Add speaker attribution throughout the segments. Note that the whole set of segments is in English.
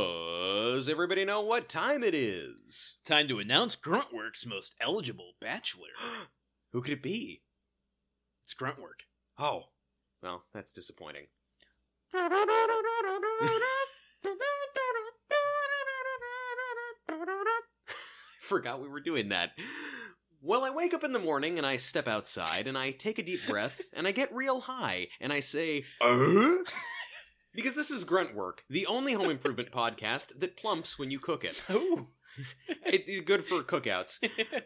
Speaker 1: Does everybody know what time it is?
Speaker 2: Time to announce Gruntwork's most eligible bachelor.
Speaker 1: Who could it be?
Speaker 2: It's Gruntwork.
Speaker 1: Oh, well, that's disappointing. Forgot we were doing that. Well, I wake up in the morning and I step outside and I take a deep breath and I get real high and I say,
Speaker 2: Uh?
Speaker 1: because this is grunt work, the only home improvement podcast that plumps when you cook it.
Speaker 2: Oh.
Speaker 1: It- it's good for cookouts.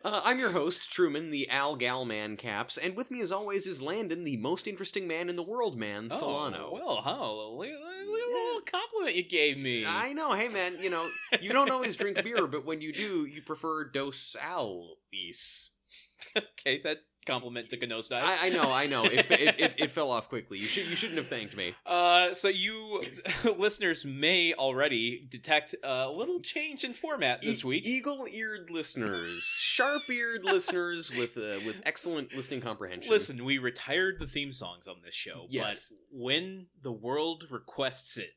Speaker 1: Uh, I'm your host, Truman, the Al Gal Man Caps, and with me as always is Landon, the most interesting man in the world, man, Solano.
Speaker 2: Well, oh, li- li- little compliment you gave me.
Speaker 1: I know. Hey, man, you know, you don't always drink beer, but when you do, you prefer Dos Alis.
Speaker 2: okay, that compliment took a nosedive.
Speaker 1: I, I know, I know. It, it, it, it fell off quickly. You, should, you shouldn't have thanked me.
Speaker 2: Uh, so you listeners may already detect a little change in format this
Speaker 1: E-
Speaker 2: week.
Speaker 1: eagle-eared listeners, sharp-eared listeners with uh, with excellent listening comprehension.
Speaker 2: Listen, we retired the theme songs on this show,
Speaker 1: Yes.
Speaker 2: but when the world requests it,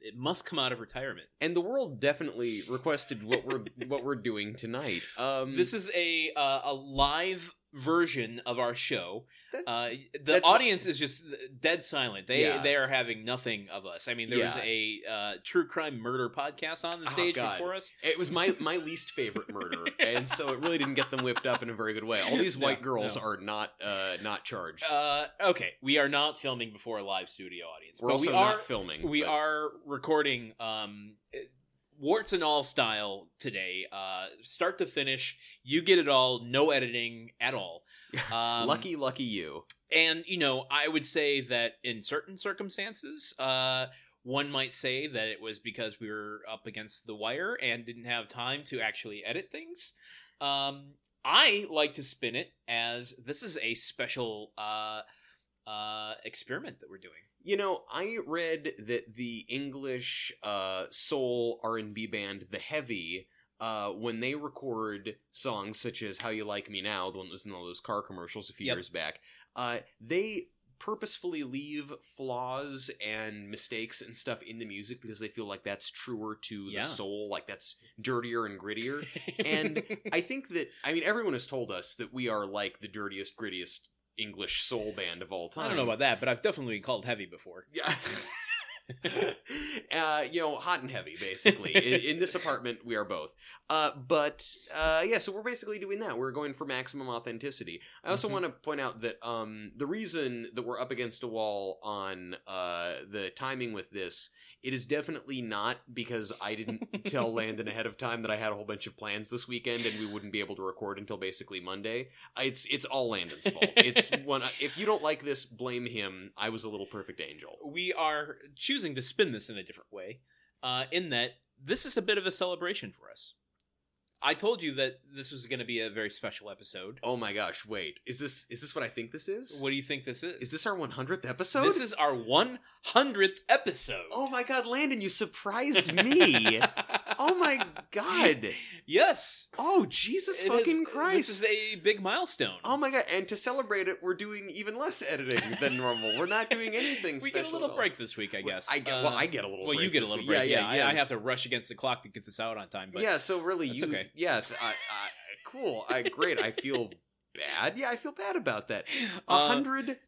Speaker 2: it must come out of retirement.
Speaker 1: and the world definitely requested what we're what we're doing tonight. Um,
Speaker 2: This is a uh, a live version of our show.
Speaker 1: That-
Speaker 2: uh, the
Speaker 1: that's what-
Speaker 2: audience is just dead silent. They
Speaker 1: Yeah.
Speaker 2: they are having nothing of us. I mean, there was
Speaker 1: Yeah.
Speaker 2: a uh, true crime murder podcast on the
Speaker 1: Oh,
Speaker 2: stage
Speaker 1: God.
Speaker 2: before us.
Speaker 1: it was my my least favorite murder, and so it really didn't get them whipped up in a very good way. All these
Speaker 2: No,
Speaker 1: white girls
Speaker 2: no.
Speaker 1: are not uh, not charged.
Speaker 2: Uh, okay, we are not filming before a live studio audience,
Speaker 1: we're
Speaker 2: but
Speaker 1: also
Speaker 2: we are
Speaker 1: not filming.
Speaker 2: we
Speaker 1: but-
Speaker 2: are recording um, warts and all style today, uh, start to finish. You get it all, no editing at all. Um,
Speaker 1: lucky, lucky you.
Speaker 2: And, you know, I would say that in certain circumstances, uh, one might say that it was because we were up against the wire and didn't have time to actually edit things. Um, I like to spin it as this is a special uh, uh, experiment that we're doing.
Speaker 1: You know, I read that the English uh, soul R and B band The Heavy, uh, when they record songs such as "How You Like Me Now," the one that was in all those car commercials a few
Speaker 2: Yep.
Speaker 1: years back, uh, they purposefully leave flaws and mistakes and stuff in the music because they feel like that's truer to
Speaker 2: Yeah.
Speaker 1: the soul, like that's dirtier and grittier. And I think that I mean everyone has told us that we are like the dirtiest, grittiest English soul band of all time.
Speaker 2: I don't know about that, but I've definitely been called heavy before.
Speaker 1: Yeah. uh, you know, hot and heavy, basically. in, in this apartment, we are both. Uh, but uh, yeah, so we're basically doing that. We're going for maximum authenticity. I also
Speaker 2: Mhm.
Speaker 1: want to point out that um, the reason that we're up against a wall on uh, the timing with this, it is definitely not because I didn't tell Landon ahead of time that I had a whole bunch of plans this weekend and we wouldn't be able to record until basically Monday. Uh, It's it's all Landon's fault. It's one. If you don't like this, blame him. I was a little perfect angel.
Speaker 2: We are choosing to spin this in a different way, uh, in that this is a bit of a celebration for us. I told you that this was going to be a very special episode.
Speaker 1: Oh my gosh, wait. Is this is this what I think this is?
Speaker 2: What do you think this is?
Speaker 1: is this our 100th episode?
Speaker 2: This is our 100th episode.
Speaker 1: Oh my god, Landon, you surprised me. oh my god.
Speaker 2: Yes.
Speaker 1: Oh, Jesus
Speaker 2: It is-
Speaker 1: fucking Christ.
Speaker 2: This is a big milestone.
Speaker 1: Oh my god, and to celebrate it, we're doing even less editing than normal. We're not doing anything
Speaker 2: We
Speaker 1: special.
Speaker 2: get a little
Speaker 1: at all.
Speaker 2: break this week, I guess.
Speaker 1: I get,
Speaker 2: Uh,
Speaker 1: well, I get a little
Speaker 2: well,
Speaker 1: break.
Speaker 2: you get a
Speaker 1: this
Speaker 2: little
Speaker 1: week.
Speaker 2: break. Yeah, I, I
Speaker 1: yes.
Speaker 2: have to rush against the clock to get this out on time. But
Speaker 1: yeah, so really,
Speaker 2: that's
Speaker 1: you.
Speaker 2: okay.
Speaker 1: Yeah, th- I, I, cool. I, great. I feel bad. Yeah, I feel bad about that. A
Speaker 2: Uh,
Speaker 1: hundred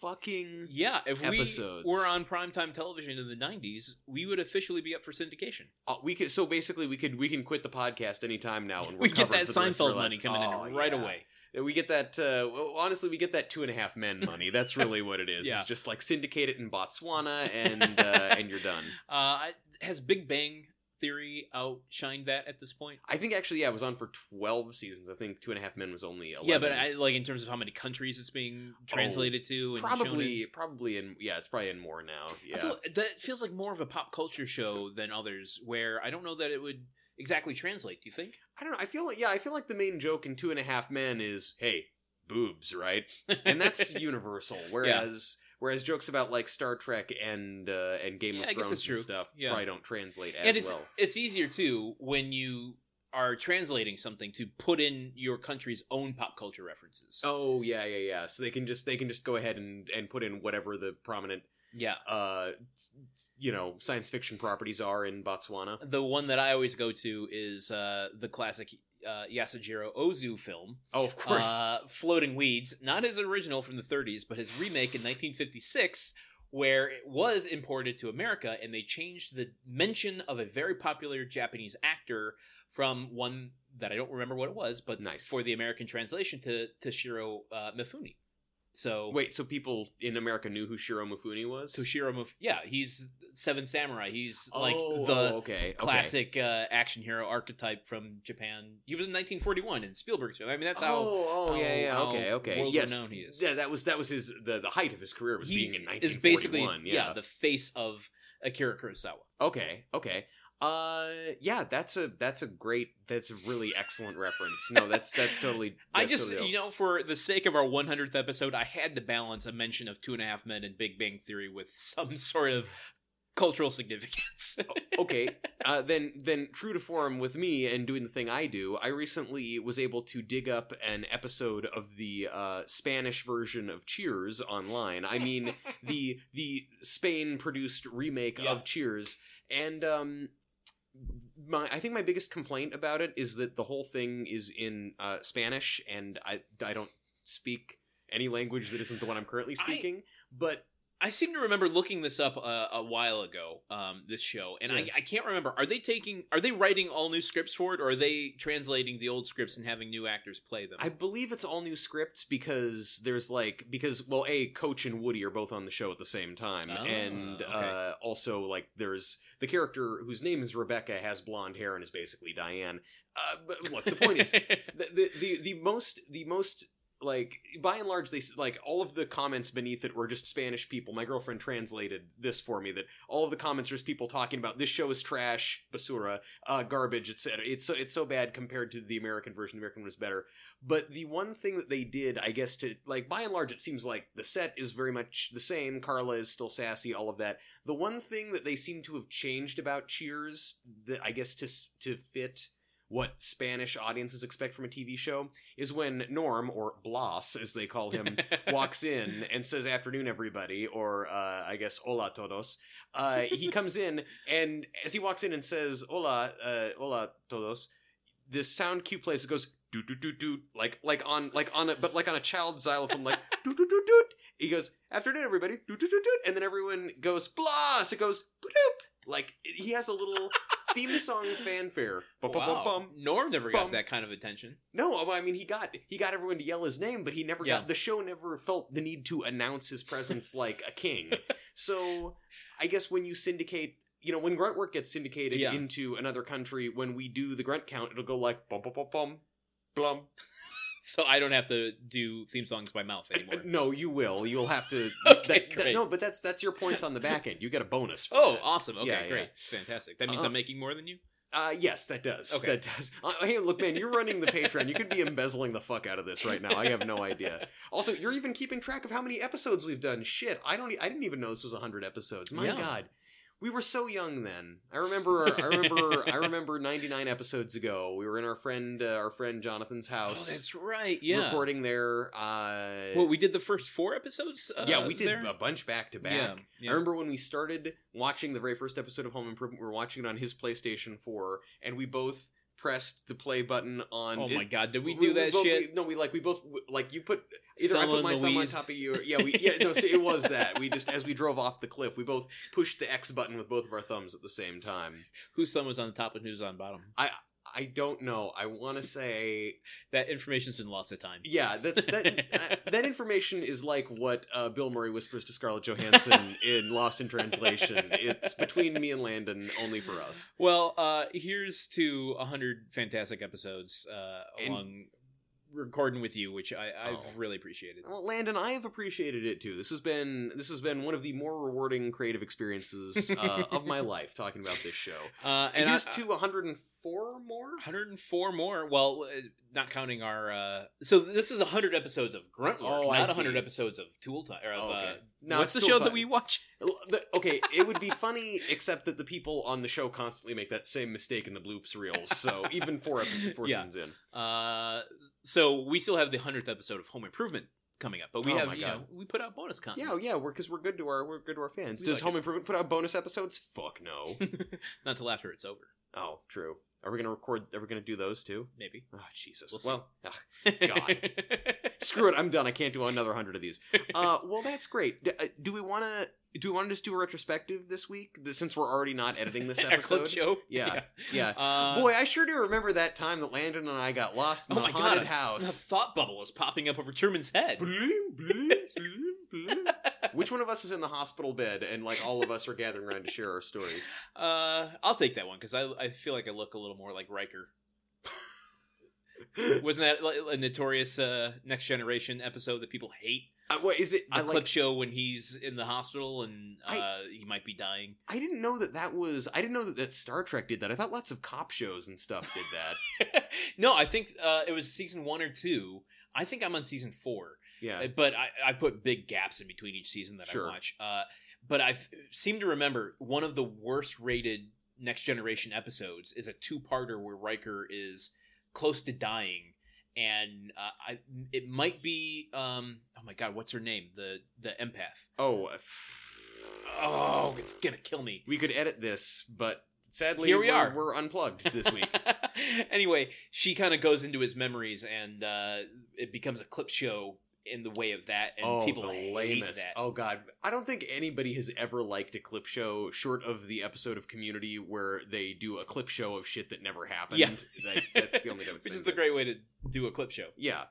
Speaker 1: fucking.
Speaker 2: Yeah, if
Speaker 1: episodes.
Speaker 2: we were on primetime television in the '90s, we would officially be up for syndication.
Speaker 1: Uh, we could. So basically, we could. We can quit the podcast anytime now, and we're
Speaker 2: We get
Speaker 1: covered
Speaker 2: that
Speaker 1: for the rest of our
Speaker 2: Seinfeld money
Speaker 1: lives.
Speaker 2: coming
Speaker 1: Oh,
Speaker 2: in right
Speaker 1: yeah.
Speaker 2: away.
Speaker 1: Yeah, We get that. Uh, well, honestly, we get that two and a half men money. That's really what it is.
Speaker 2: Yeah.
Speaker 1: It's just like syndicate it in Botswana, and uh, and you're done.
Speaker 2: Uh, I- has Big Bang Theory outshined that at this point?
Speaker 1: I think actually, yeah, it was on for twelve seasons. I think two and a half men was only eleven.
Speaker 2: Yeah, but I, like in terms of how many countries it's being translated to, and shown
Speaker 1: Oh, probably probably in yeah, it's probably in more now.
Speaker 2: in. I
Speaker 1: Yeah,
Speaker 2: feel- that feels like more of a pop culture show than others. Where I don't know that it would exactly translate. Do you think?
Speaker 1: I don't know. I feel like yeah, I feel like the main joke in Two and a Half Men is hey boobs, right? and that's universal. Whereas whereas jokes about like Star Trek and uh, and Game
Speaker 2: Yeah,
Speaker 1: of
Speaker 2: I guess
Speaker 1: Thrones
Speaker 2: that's
Speaker 1: and
Speaker 2: true.
Speaker 1: stuff
Speaker 2: Yeah.
Speaker 1: probably don't translate as
Speaker 2: and it's
Speaker 1: well.
Speaker 2: it's easier too when you are translating something to put in your country's own pop culture references.
Speaker 1: Oh yeah, yeah, yeah. So they can just they can just go ahead and and put in whatever the prominent
Speaker 2: Yeah.
Speaker 1: uh, s- s- you know, science fiction properties are in Botswana.
Speaker 2: The one that I always go to is uh, the classic uh, Yasujiro Ozu film,
Speaker 1: Oh, of course.
Speaker 2: Uh, Floating Weeds, not his original from the 30s, but his remake in 1956, where it was imported to America and they changed the mention of a very popular Japanese actor from one that I don't remember what it was, but
Speaker 1: Nice.
Speaker 2: for the American translation to Toshiro uh, Mifune. So
Speaker 1: Wait, so people in America knew who Shiro Mufune was?
Speaker 2: Toshiro Mif- yeah, he's Seven Samurai. He's
Speaker 1: Oh,
Speaker 2: like
Speaker 1: oh,
Speaker 2: the
Speaker 1: okay, okay.
Speaker 2: classic uh, action hero archetype from Japan. He was in 1941 in Spielberg's film. I mean, that's how
Speaker 1: oh, oh,
Speaker 2: how-
Speaker 1: yeah, yeah.
Speaker 2: how
Speaker 1: Okay, okay.
Speaker 2: world
Speaker 1: Yes.
Speaker 2: renowned he is.
Speaker 1: Yeah, that was that was his the, the height of his career was
Speaker 2: he
Speaker 1: being in
Speaker 2: is
Speaker 1: 1941.
Speaker 2: basically
Speaker 1: yeah.
Speaker 2: the face of Akira Kurosawa.
Speaker 1: Okay, okay. Uh, yeah, that's a that's a great that's a really excellent reference. No, that's that's totally.
Speaker 2: I
Speaker 1: that's
Speaker 2: just,
Speaker 1: totally-
Speaker 2: you know, for the sake of our 100th episode, I had to balance a mention of Two and a Half Men and Big Bang Theory with some sort of cultural significance.
Speaker 1: okay. Uh, then then true to form with me and doing the thing I do, I recently was able to dig up an episode of the uh, Spanish version of Cheers online. I mean the the Spain produced remake
Speaker 2: Yeah.
Speaker 1: of Cheers, and um, my I think my biggest complaint about it is that the whole thing is in uh, Spanish, and I I don't speak any language that isn't the one I'm currently
Speaker 2: I-
Speaker 1: speaking. but
Speaker 2: I seem to remember looking this up a, a while ago, um, this show, and
Speaker 1: Yeah.
Speaker 2: I, I can't remember. Are they taking, are they writing all new scripts for it, or are they translating the old scripts and having new actors play them?
Speaker 1: I believe it's all new scripts because there's like because well, a Coach and Woody are both on the show at the same time,
Speaker 2: Ah,
Speaker 1: and uh,
Speaker 2: okay.
Speaker 1: also like there's the character whose name is Rebecca has blonde hair and is basically Diane. Uh, but look, the point is the, the the the most the most like by and large they s- like all of the comments beneath it were just spanish people my girlfriend translated this for me that all of the comments are just people talking about this show is trash basura uh garbage etc it's so it's so bad compared to the american version the american one is better but the one thing that they did i guess to like by and large it seems like the set is very much the same carla is still sassy all of that the one thing that they seem to have changed about cheers that i guess to s- to fit what Spanish audiences expect from a TV show is when Norm or Blas, as they call him, walks in and says "Afternoon, everybody," or uh, I guess "Hola todos." Uh, he comes in and as he walks in and says "Hola, uh, hola todos," this sound cue plays. It goes do do do do like like on like on a but like on a child's xylophone like do do do do. He goes "Afternoon, everybody," do do do do, and then everyone goes "Blas." It goes "Boop." Like he has a little theme song fanfare. Bum, bum, bum,
Speaker 2: Wow.
Speaker 1: bum.
Speaker 2: Norm never
Speaker 1: Bum.
Speaker 2: got that kind of attention.
Speaker 1: No, well, I mean he got he got everyone to yell his name, but he never
Speaker 2: Yeah.
Speaker 1: got the show never felt the need to announce his presence like a king. So I guess when you syndicate you know, when grunt work gets syndicated
Speaker 2: Yeah.
Speaker 1: into another country, when we do the grunt count, it'll go like bum bum bum bum blum.
Speaker 2: So I don't have to do theme songs by mouth anymore.
Speaker 1: No, you will. You'll have to
Speaker 2: Okay,
Speaker 1: that- that-
Speaker 2: great.
Speaker 1: no, but that's that's your points on the back end. You get a bonus for
Speaker 2: Oh,
Speaker 1: that.
Speaker 2: awesome. Okay,
Speaker 1: Yeah, yeah.
Speaker 2: great. Fantastic. That means
Speaker 1: Uh,
Speaker 2: I'm making more than you?
Speaker 1: Uh, yes, that does.
Speaker 2: Okay.
Speaker 1: That does. Uh, hey, look, man, you're running the Patreon. You could be embezzling the fuck out of this right now. I have no idea. Also, you're even keeping track of how many episodes we've done. Shit, I don't. e- I didn't even know this was 100 episodes. My
Speaker 2: Yeah.
Speaker 1: God, we were so young then. I remember. I remember. I remember 99 episodes ago. We were in our friend, uh, our friend Jonathan's
Speaker 2: Oh,
Speaker 1: house,
Speaker 2: that's right. Yeah.
Speaker 1: recording there. Uh,
Speaker 2: Well, we did the first four episodes? Uh,
Speaker 1: yeah, we did
Speaker 2: there?
Speaker 1: a bunch back to back.
Speaker 2: Yeah, yeah.
Speaker 1: I remember when we started watching the very first episode of Home Improvement, we were watching it on his PlayStation 4, and we both pressed the play button on.
Speaker 2: oh, my
Speaker 1: it-
Speaker 2: God. Did we, do that
Speaker 1: both-
Speaker 2: shit?
Speaker 1: we- no, we like we both like you put either I
Speaker 2: Thelma
Speaker 1: put
Speaker 2: and
Speaker 1: my thumb on
Speaker 2: Louise.
Speaker 1: top of your yeah we yeah no so it was that we just as we drove off the cliff we both pushed the X button with both of our thumbs at the same time.
Speaker 2: Whose son was on top and who's on bottom?
Speaker 1: I don't know. I want to say
Speaker 2: That information's been lost of time.
Speaker 1: yeah. That's that. uh, that information is like what uh, Bill Murray whispers to Scarlett Johansson in Lost in Translation. It's between me and Landon, only for us.
Speaker 2: Well, uh, here's to 100 fantastic episodes uh,
Speaker 1: And-
Speaker 2: along recording with you, which I, I've
Speaker 1: Oh.
Speaker 2: really appreciated.
Speaker 1: Well, Landon, I have appreciated it too. This has been this has been one of the more rewarding creative experiences uh, of my life talking about this show.
Speaker 2: Uh,
Speaker 1: And
Speaker 2: and I,
Speaker 1: here's to 104 more.
Speaker 2: 104 more. Well, uh, not counting our. Uh, so this is 100 episodes of Grunt Work,
Speaker 1: Oh, I
Speaker 2: not
Speaker 1: see.
Speaker 2: 100 episodes of Tool Time. Or of,
Speaker 1: Oh,
Speaker 2: uh,
Speaker 1: okay. No,
Speaker 2: what's the
Speaker 1: it's
Speaker 2: show
Speaker 1: still
Speaker 2: that
Speaker 1: fun.
Speaker 2: we watch?
Speaker 1: The- okay, it would be funny except that the people on the show constantly make that same mistake in the bloops reels. So even four episodes, four
Speaker 2: Yeah. Uh-huh.
Speaker 1: seasons in.
Speaker 2: Uh, so we still have the 100th episode of Home Improvement coming up, but we
Speaker 1: Oh my
Speaker 2: have you
Speaker 1: God.
Speaker 2: know we put out bonus content.
Speaker 1: Yeah, yeah, we're because we're good to our we're good to our fans.
Speaker 2: We
Speaker 1: Does
Speaker 2: like
Speaker 1: Home Improvement put out bonus episodes? Fuck no.
Speaker 2: Not till after it's over,
Speaker 1: oh, true. Are we gonna record? Are we gonna do those too?
Speaker 2: maybe.
Speaker 1: Oh Jesus.
Speaker 2: We'll see.
Speaker 1: well, ugh, God. screw it. I'm done. I can't do another hundred of these. Uh, well, that's great. D- uh, do we want to? Do we want to just do a retrospective this week? Th- Since we're already not editing this
Speaker 2: Our clip
Speaker 1: episode.
Speaker 2: show.
Speaker 1: Yeah, yeah.
Speaker 2: Uh,
Speaker 1: Boy, I sure do remember that time that Landon and I got lost in
Speaker 2: Oh
Speaker 1: the
Speaker 2: my God,
Speaker 1: haunted
Speaker 2: I- a
Speaker 1: house.
Speaker 2: thought bubble is popping up over Truman's head.
Speaker 1: Bloom, bloom, bloom, bloom. Which one of us is in the hospital bed and like all of us are gathering around to share our stories?
Speaker 2: Uh, I'll take that one because I I feel like I look a little more like Riker.
Speaker 1: Uh,
Speaker 2: Wasn't that like a notorious uh, Next Generation episode that people hate?
Speaker 1: Uh, what is it?
Speaker 2: The
Speaker 1: I,
Speaker 2: clip
Speaker 1: like,
Speaker 2: show when he's in the hospital and uh,
Speaker 1: I-
Speaker 2: he might be dying.
Speaker 1: I didn't know that that was. I didn't know that, that Star Trek did that. I thought lots of cop shows and stuff did that.
Speaker 2: no, I think uh, it was season one or two. I think I'm on season four,
Speaker 1: Yeah.
Speaker 2: Uh, but I, I put big gaps in between each season that
Speaker 1: Sure.
Speaker 2: I watch. Uh, but I f- seem to remember one of the worst rated Next Generation episodes is a two parter where Riker is close to dying, and uh, I it might be um oh my god what's her name the the empath
Speaker 1: Oh. uh, f-
Speaker 2: oh it's gonna kill me
Speaker 1: We could edit this, but sadly,
Speaker 2: Here we
Speaker 1: we're-
Speaker 2: are.
Speaker 1: We're unplugged this week.
Speaker 2: anyway, she kind of goes into his memories, and uh, it becomes a clip show in the way of that, and
Speaker 1: oh,
Speaker 2: people
Speaker 1: the
Speaker 2: hate
Speaker 1: lamest.
Speaker 2: that.
Speaker 1: Oh God, I don't think anybody has ever liked a clip show short of the episode of Community where they do a clip show of shit that never happened.
Speaker 2: Yeah.
Speaker 1: Like, that's the only time. it's
Speaker 2: which
Speaker 1: been
Speaker 2: is the
Speaker 1: good.
Speaker 2: great way to do a clip show.
Speaker 1: Yeah.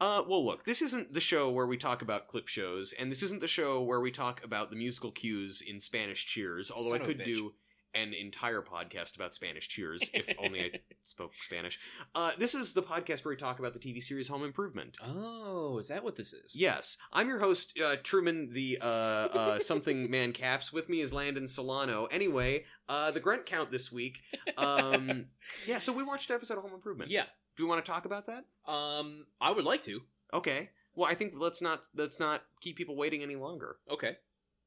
Speaker 1: Uh, well, look, this isn't the show where we talk about clip shows, and this isn't the show where we talk about the musical cues in Spanish Cheers, although
Speaker 2: Son
Speaker 1: I
Speaker 2: of a
Speaker 1: could
Speaker 2: bitch.
Speaker 1: do an entire podcast about Spanish Cheers if only I spoke Spanish. Uh, this is the podcast where we talk about the TV series Home Improvement.
Speaker 2: Oh, is that what this is?
Speaker 1: Yes, I'm your host, uh, Truman the uh, uh, something man caps. With me is Landon Solano. Anyway, uh, the grunt count this week. Um, yeah, so we watched an episode of Home Improvement.
Speaker 2: yeah.
Speaker 1: Do we want to talk about that?
Speaker 2: Um, I would like to.
Speaker 1: Okay. Well, I think let's not let's not keep people waiting any longer.
Speaker 2: Okay,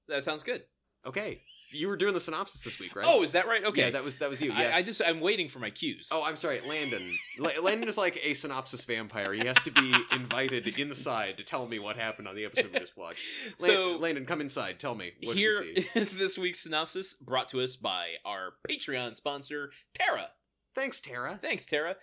Speaker 2: that sounds good.
Speaker 1: Okay. You were doing the synopsis this week, right?
Speaker 2: Oh, is that right? Okay,
Speaker 1: Yeah, that was that was you.
Speaker 2: I,
Speaker 1: Yeah.
Speaker 2: I just I'm waiting for my cues.
Speaker 1: oh, I'm sorry, Landon. La- Landon is like a synopsis vampire. He has to be invited inside to tell me what happened on the episode we just watched. Lan-
Speaker 2: so
Speaker 1: Landon, come inside. Tell me. What
Speaker 2: here
Speaker 1: Did you see?
Speaker 2: is this week's synopsis brought to us by our Patreon sponsor Tara.
Speaker 1: Thanks, Tara.
Speaker 2: Thanks, Tara.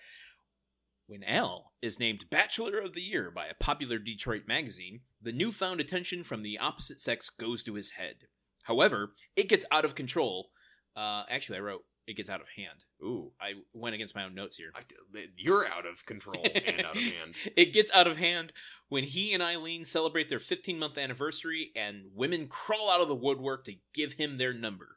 Speaker 2: When Elle is named Bachelor of the Year by a popular Detroit magazine, the newfound attention from the opposite sex goes to his head. However, it gets out of control. Uh, actually, I wrote it gets out of hand.
Speaker 1: Ooh.
Speaker 2: I went against my own notes here.
Speaker 1: I, you're out of control and out of hand.
Speaker 2: It gets out of hand when he and Eileen celebrate their 15 month anniversary and women crawl out of the woodwork to give him their number.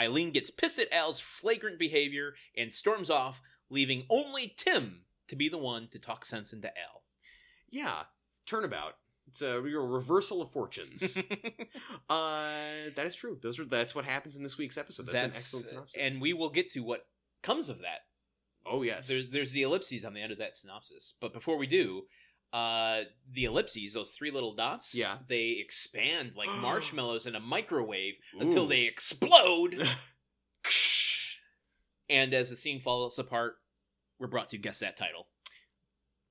Speaker 2: Eileen gets pissed at Al's flagrant behavior and storms off, leaving only Tim to be the one to talk sense into Al.
Speaker 1: Yeah. Turnabout. It's a real reversal of fortunes. Uh, that is true. Those are that's what happens in this week's episode. That's, an excellent synopsis.
Speaker 2: and we will get to what comes of that.
Speaker 1: oh yes,
Speaker 2: There's, there's the ellipses on the end of that synopsis. But before we do, uh, the ellipses, those three little dots,
Speaker 1: Yeah.
Speaker 2: they expand like marshmallows in a microwave
Speaker 1: Ooh.
Speaker 2: until they explode. and as the scene falls apart, we're brought to guess that title.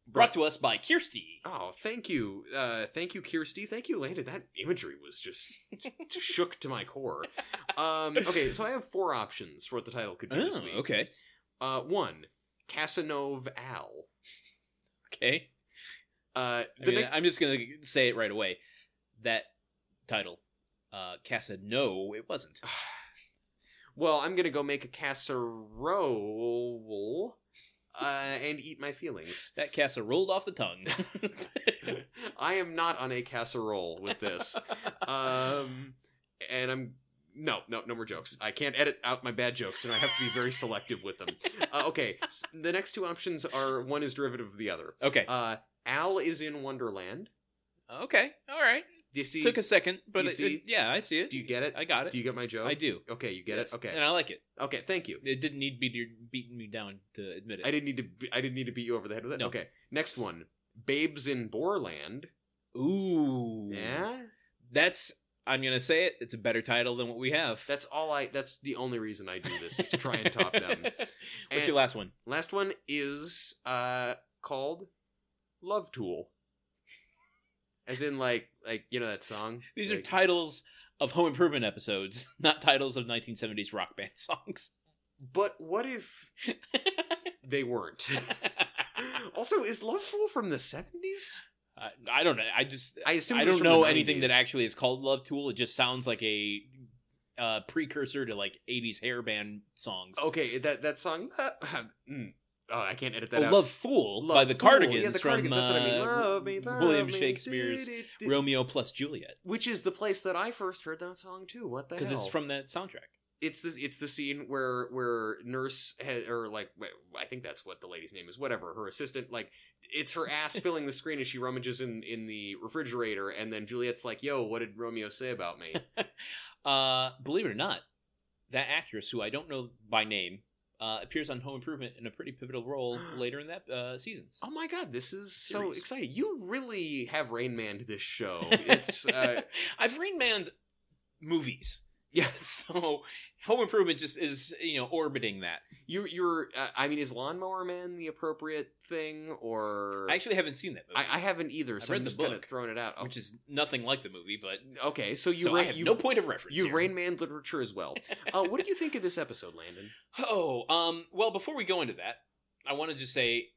Speaker 2: Brought to us by Kirsty.
Speaker 1: Oh, thank you, uh, thank you, Kirsty, thank you, Landon. That imagery was just shook to my core. Um, okay, so I have four options for what the title could be this week.
Speaker 2: Oh, okay.
Speaker 1: Uh, one, Casanova Al.
Speaker 2: Okay.
Speaker 1: Uh,
Speaker 2: I
Speaker 1: the
Speaker 2: mean,
Speaker 1: ne-
Speaker 2: I'm just going to say it right away. That title, uh, Cassa, no, it wasn't.
Speaker 1: well, I'm gonna go make a casserole uh, and eat my feelings.
Speaker 2: That Cassa rolled off the tongue.
Speaker 1: I am not on a casserole with this. Um, and I'm no, no, no more jokes. I can't edit out my bad jokes, and I have to be very selective with them. Uh, okay, s the next two options are one is derivative of the other.
Speaker 2: okay.
Speaker 1: Uh, Al is in Wonderland.
Speaker 2: okay. All right.
Speaker 1: Do you see?
Speaker 2: Took a second, but
Speaker 1: do you
Speaker 2: it-
Speaker 1: see-
Speaker 2: it- yeah, I see it.
Speaker 1: do you get it?
Speaker 2: I got it.
Speaker 1: Do you get my joke?
Speaker 2: I do.
Speaker 1: Okay, you get
Speaker 2: Yes.
Speaker 1: it. Okay,
Speaker 2: And I like it.
Speaker 1: okay. Thank you.
Speaker 2: It didn't need to be beating me down to admit it.
Speaker 1: I didn't need to. Be, I didn't need to beat you over the head with it.
Speaker 2: No.
Speaker 1: Okay. Next one. Babes in Borland.
Speaker 2: Ooh.
Speaker 1: Yeah.
Speaker 2: That's I'm gonna say it. It's a better title than what we have.
Speaker 1: That's all I. That's the only reason I do this is to try and top them.
Speaker 2: What's
Speaker 1: And-
Speaker 2: your last one?
Speaker 1: Last one is uh called Love Tool. As in, like, like you know that song.
Speaker 2: These are
Speaker 1: Like,
Speaker 2: titles of Home Improvement episodes, not titles of 1970s rock band songs.
Speaker 1: but what if they weren't? also, is Love Fool from the seventies?
Speaker 2: I, I don't know. I just
Speaker 1: I assume
Speaker 2: I
Speaker 1: it was
Speaker 2: don't
Speaker 1: from the
Speaker 2: know anything that
Speaker 1: 90s.
Speaker 2: actually is called Love Tool. It just sounds like a uh, precursor to like 80s hair band songs.
Speaker 1: Okay, that that song. Uh, mm. oh, I can't edit that
Speaker 2: Oh,
Speaker 1: out.
Speaker 2: Love Fool
Speaker 1: Love
Speaker 2: by the
Speaker 1: Fool.
Speaker 2: Cardigans,
Speaker 1: Yeah, the
Speaker 2: from
Speaker 1: Cardigans, that's what I mean.
Speaker 2: uh,
Speaker 1: Love me, love
Speaker 2: William
Speaker 1: me,
Speaker 2: Shakespeare's
Speaker 1: dee, dee, dee.
Speaker 2: Romeo plus Juliet
Speaker 1: which is the place that I first heard that song too. What the hell?
Speaker 2: because it's from that soundtrack.
Speaker 1: it's this it's the scene where where nurse has, or like wait, I think that's what the lady's name is whatever her assistant like it's her ass filling the screen as she rummages in in the refrigerator and then Juliet's like yo what did Romeo say about me
Speaker 2: Uh, believe it or not, that actress who I don't know by name uh, appears on Home Improvement in a pretty pivotal role later in that uh, seasons.
Speaker 1: oh my god this is so
Speaker 2: Serious.
Speaker 1: exciting you really have Rain Man this show it's uh,
Speaker 2: I've Rain Manned movies.
Speaker 1: yeah
Speaker 2: So Home Improvement just is, you know, orbiting that.
Speaker 1: you you're uh, I mean is Lawnmower Man the appropriate thing or
Speaker 2: I actually haven't seen that movie,
Speaker 1: I, I haven't either so
Speaker 2: read
Speaker 1: I'm
Speaker 2: the
Speaker 1: just kind of
Speaker 2: book,
Speaker 1: throwing it out Oh,
Speaker 2: which is nothing like the movie, but
Speaker 1: okay so you
Speaker 2: so I
Speaker 1: ra-
Speaker 2: have
Speaker 1: you
Speaker 2: no point of reference.
Speaker 1: you
Speaker 2: here.
Speaker 1: Rain Man literature as well uh, what did you think of this episode Landon.
Speaker 2: Oh, um, well, before we go into that, I want to just say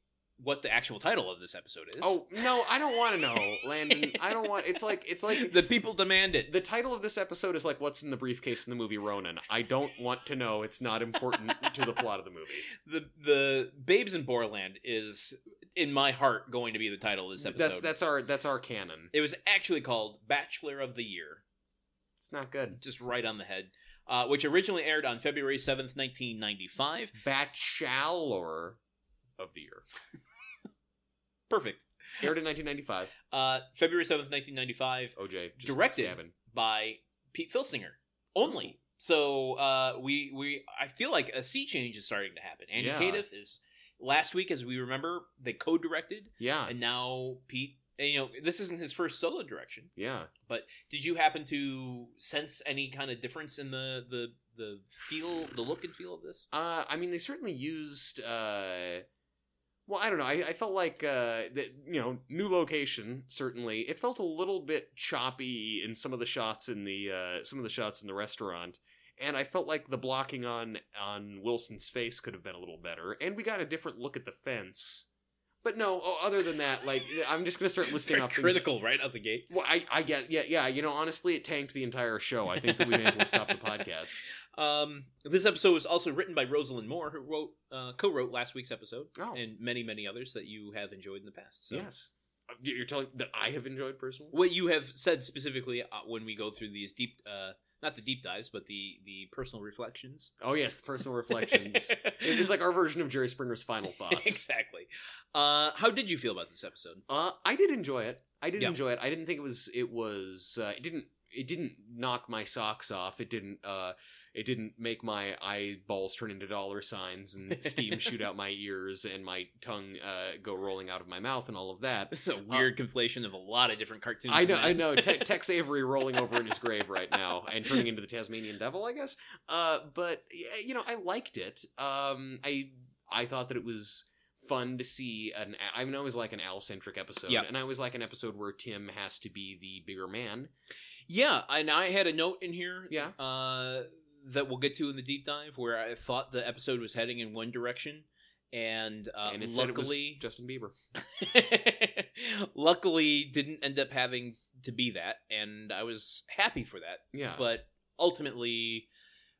Speaker 2: what the actual title of this episode is.
Speaker 1: Oh no, I don't want to know, Landon. I don't want. It's like it's like
Speaker 2: the people demand it.
Speaker 1: the title of this episode is like "What's in the briefcase in the movie Ronan." I don't want to know. It's not important to the plot of the movie.
Speaker 2: the the Babes in Borland is in my heart going to be the title of this episode.
Speaker 1: That's that's our that's our canon.
Speaker 2: it was actually called Bachelor of the Year,
Speaker 1: It's not good.
Speaker 2: just right on the head, uh, which originally aired on February seventh, nineteen ninety five.
Speaker 1: Bachelor of the year
Speaker 2: Perfect.
Speaker 1: aired in 1995.
Speaker 2: Uh, February seventh, nineteen ninety five,
Speaker 1: OJ just
Speaker 2: Directed.
Speaker 1: stabbing.
Speaker 2: by Pete Filsinger only. So uh, we we I feel like a sea change is starting to happen. Andy
Speaker 1: Yeah.
Speaker 2: Cadiff is last week, as we remember, they co directed,
Speaker 1: Yeah,
Speaker 2: and now Pete. And, you know, this isn't his first solo direction.
Speaker 1: yeah.
Speaker 2: But did you happen to sense any kind of difference in the the the feel, the look and feel of this?
Speaker 1: Uh, I mean, they certainly used. Uh, well, I don't know. I, I felt like uh, that. You know, new location certainly. It felt a little bit choppy in some of the shots in the uh, some of the shots in the restaurant, and I felt like the blocking on on Wilson's face could have been a little better. And we got a different look at the fence. But no, o- other than that, like I'm just gonna start listing
Speaker 2: Very
Speaker 1: off things-
Speaker 2: critical right out the gate.
Speaker 1: Well, I, I get, yeah, yeah. You know, honestly, it tanked the entire show. I think that we may as well stop the podcast.
Speaker 2: Um, this episode was also written by Rosalind Moore, who wrote uh, co-wrote last week's episode
Speaker 1: Oh.
Speaker 2: and many many others that you have enjoyed in the past. So.
Speaker 1: Yes, uh, you're telling that I have enjoyed personally.
Speaker 2: What you have said specifically uh, when we go through these deep, uh, not the deep dives, but the the personal reflections.
Speaker 1: Oh yes, the personal reflections. It- it's like our version of Jerry Springer's final thoughts.
Speaker 2: exactly. Uh, how did you feel about this episode?
Speaker 1: Uh, I did enjoy it. I did
Speaker 2: Yeah.
Speaker 1: enjoy it. I didn't think it was. It was. Uh, it didn't. It didn't knock my socks off. It didn't. Uh, it didn't make my eyeballs turn into dollar signs and steam shoot out my ears and my tongue uh, go rolling out of my mouth and all of that.
Speaker 2: It's a weird conflation of a lot of different cartoons.
Speaker 1: I
Speaker 2: in
Speaker 1: know, I
Speaker 2: that.
Speaker 1: know. Te- Tex Avery rolling over in his grave right now and turning into the Tasmanian devil, I guess. Uh, but y- you know, I liked it. Um, I I thought that it was fun to see an. I know it was like an Al centric episode,
Speaker 2: Yeah.
Speaker 1: and I was like an episode where Tim has to be the bigger man.
Speaker 2: Yeah, and I had a note in here
Speaker 1: Yeah.
Speaker 2: uh, that we'll get to in the deep dive where I thought the episode was heading in one direction, and, uh,
Speaker 1: and it said it was
Speaker 2: luckily,
Speaker 1: Justin Bieber.
Speaker 2: luckily didn't end up having to be that, and I was happy for that.
Speaker 1: Yeah,
Speaker 2: But ultimately,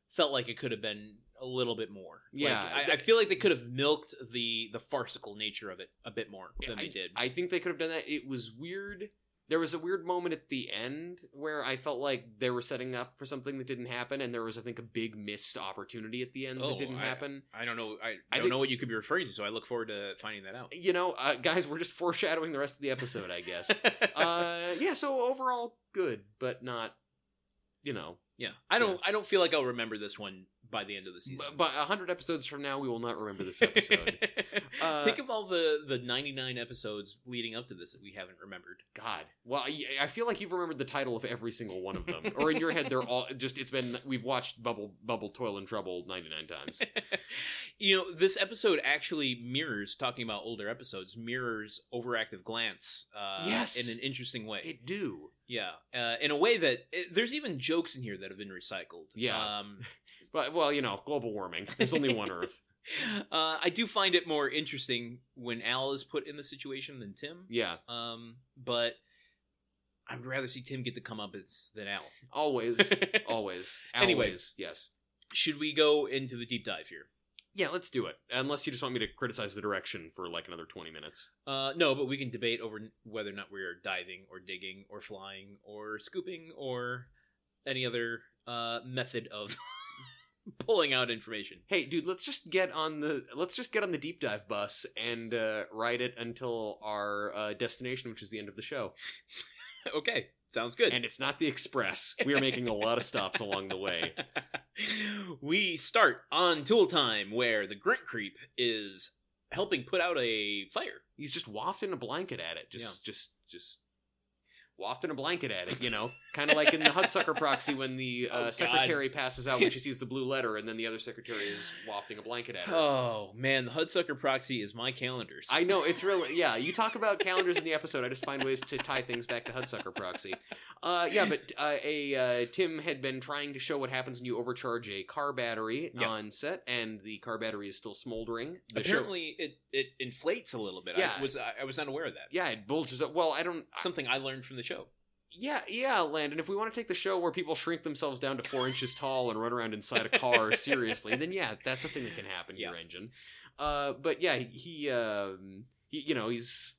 Speaker 2: felt like it could have been a little bit more. Like,
Speaker 1: Yeah.
Speaker 2: I, I feel like they could have milked the the farcical nature of it a bit more
Speaker 1: Yeah,
Speaker 2: than they did.
Speaker 1: I think they could have done that. It was weird. There was a weird moment at the end where I felt like they were setting up for something that didn't happen, and there was, I think, a big missed opportunity at the end
Speaker 2: Oh,
Speaker 1: that didn't
Speaker 2: I-
Speaker 1: happen.
Speaker 2: I don't know. I,
Speaker 1: I
Speaker 2: don't
Speaker 1: think-
Speaker 2: know what you could be referring to, so I look forward to finding that out.
Speaker 1: you know, uh, guys, we're just foreshadowing the rest of the episode, I guess. uh, yeah, so overall good, but not, you know,
Speaker 2: yeah, I don't. I don't feel like I'll remember this one by the end of the
Speaker 1: b-
Speaker 2: season.
Speaker 1: but a hundred episodes from now, we will not remember this episode. Uh,
Speaker 2: Think of all the the 99 episodes leading up to this that we haven't remembered.
Speaker 1: God, well, I, I feel like you've remembered the title of every single one of them, or in your head, they're all just. It's been we've watched Bubble Bubble Toil and Trouble ninety nine times.
Speaker 2: You know, this episode actually mirrors talking about older episodes mirrors overactive glance. Uh,
Speaker 1: Yes.
Speaker 2: in an interesting way.
Speaker 1: It do.
Speaker 2: yeah, uh, in a way that it, there's even jokes in here that have been recycled.
Speaker 1: Yeah.
Speaker 2: Um,
Speaker 1: But well, you know, global warming. There's only one Earth.
Speaker 2: uh, I do find it more interesting when Al is put in the situation than Tim.
Speaker 1: Yeah.
Speaker 2: Um, but I would rather see Tim get the comeuppance than Al.
Speaker 1: Always. Always.
Speaker 2: Anyway.
Speaker 1: Always. Yes.
Speaker 2: Should we go into the deep dive here?
Speaker 1: Yeah, let's do it. Unless you just want me to criticize the direction for like another 20 minutes.
Speaker 2: Uh, no, but we can debate over n- whether or not we are diving or digging or flying or scooping or any other uh, method of pulling out information.
Speaker 1: Hey, dude, let's just get on the let's just get on the deep dive bus and uh, ride it until our uh, destination, which is the end of the show.
Speaker 2: Okay, sounds good.
Speaker 1: And it's not the express. We are making a lot of stops along the way.
Speaker 2: we start on Tool Time, where the Grunt Creep is helping put out a fire.
Speaker 1: He's just wafting a blanket at it. Just just just wafting a blanket at it, you know? kind of like in the Hudsucker proxy when the uh,
Speaker 2: Oh, God.
Speaker 1: secretary passes out when she sees the blue letter and then the other secretary is wafting a blanket at her.
Speaker 2: Oh man, the Hudsucker proxy is my calendars.
Speaker 1: I know it's really yeah. You talk about calendars in the episode. I just find ways to tie things back to Hudsucker Proxy. Uh, yeah, but uh, a uh, Tim had been trying to show what happens when you overcharge a car battery
Speaker 2: Yeah.
Speaker 1: on set, and the car battery is still smoldering. The show-
Speaker 2: apparently it it inflates a little bit.
Speaker 1: Yeah.
Speaker 2: I was I, I was not aware of that.
Speaker 1: yeah, it bulges up. Well, I don't. I-
Speaker 2: Something I learned from the show.
Speaker 1: yeah, yeah, Landon. If we want to take the show where people shrink themselves down to four inches tall and run around inside a car seriously, then yeah, that's a thing that can happen to
Speaker 2: Yeah.
Speaker 1: your engine. Uh, but yeah, he, um, he, you know, he's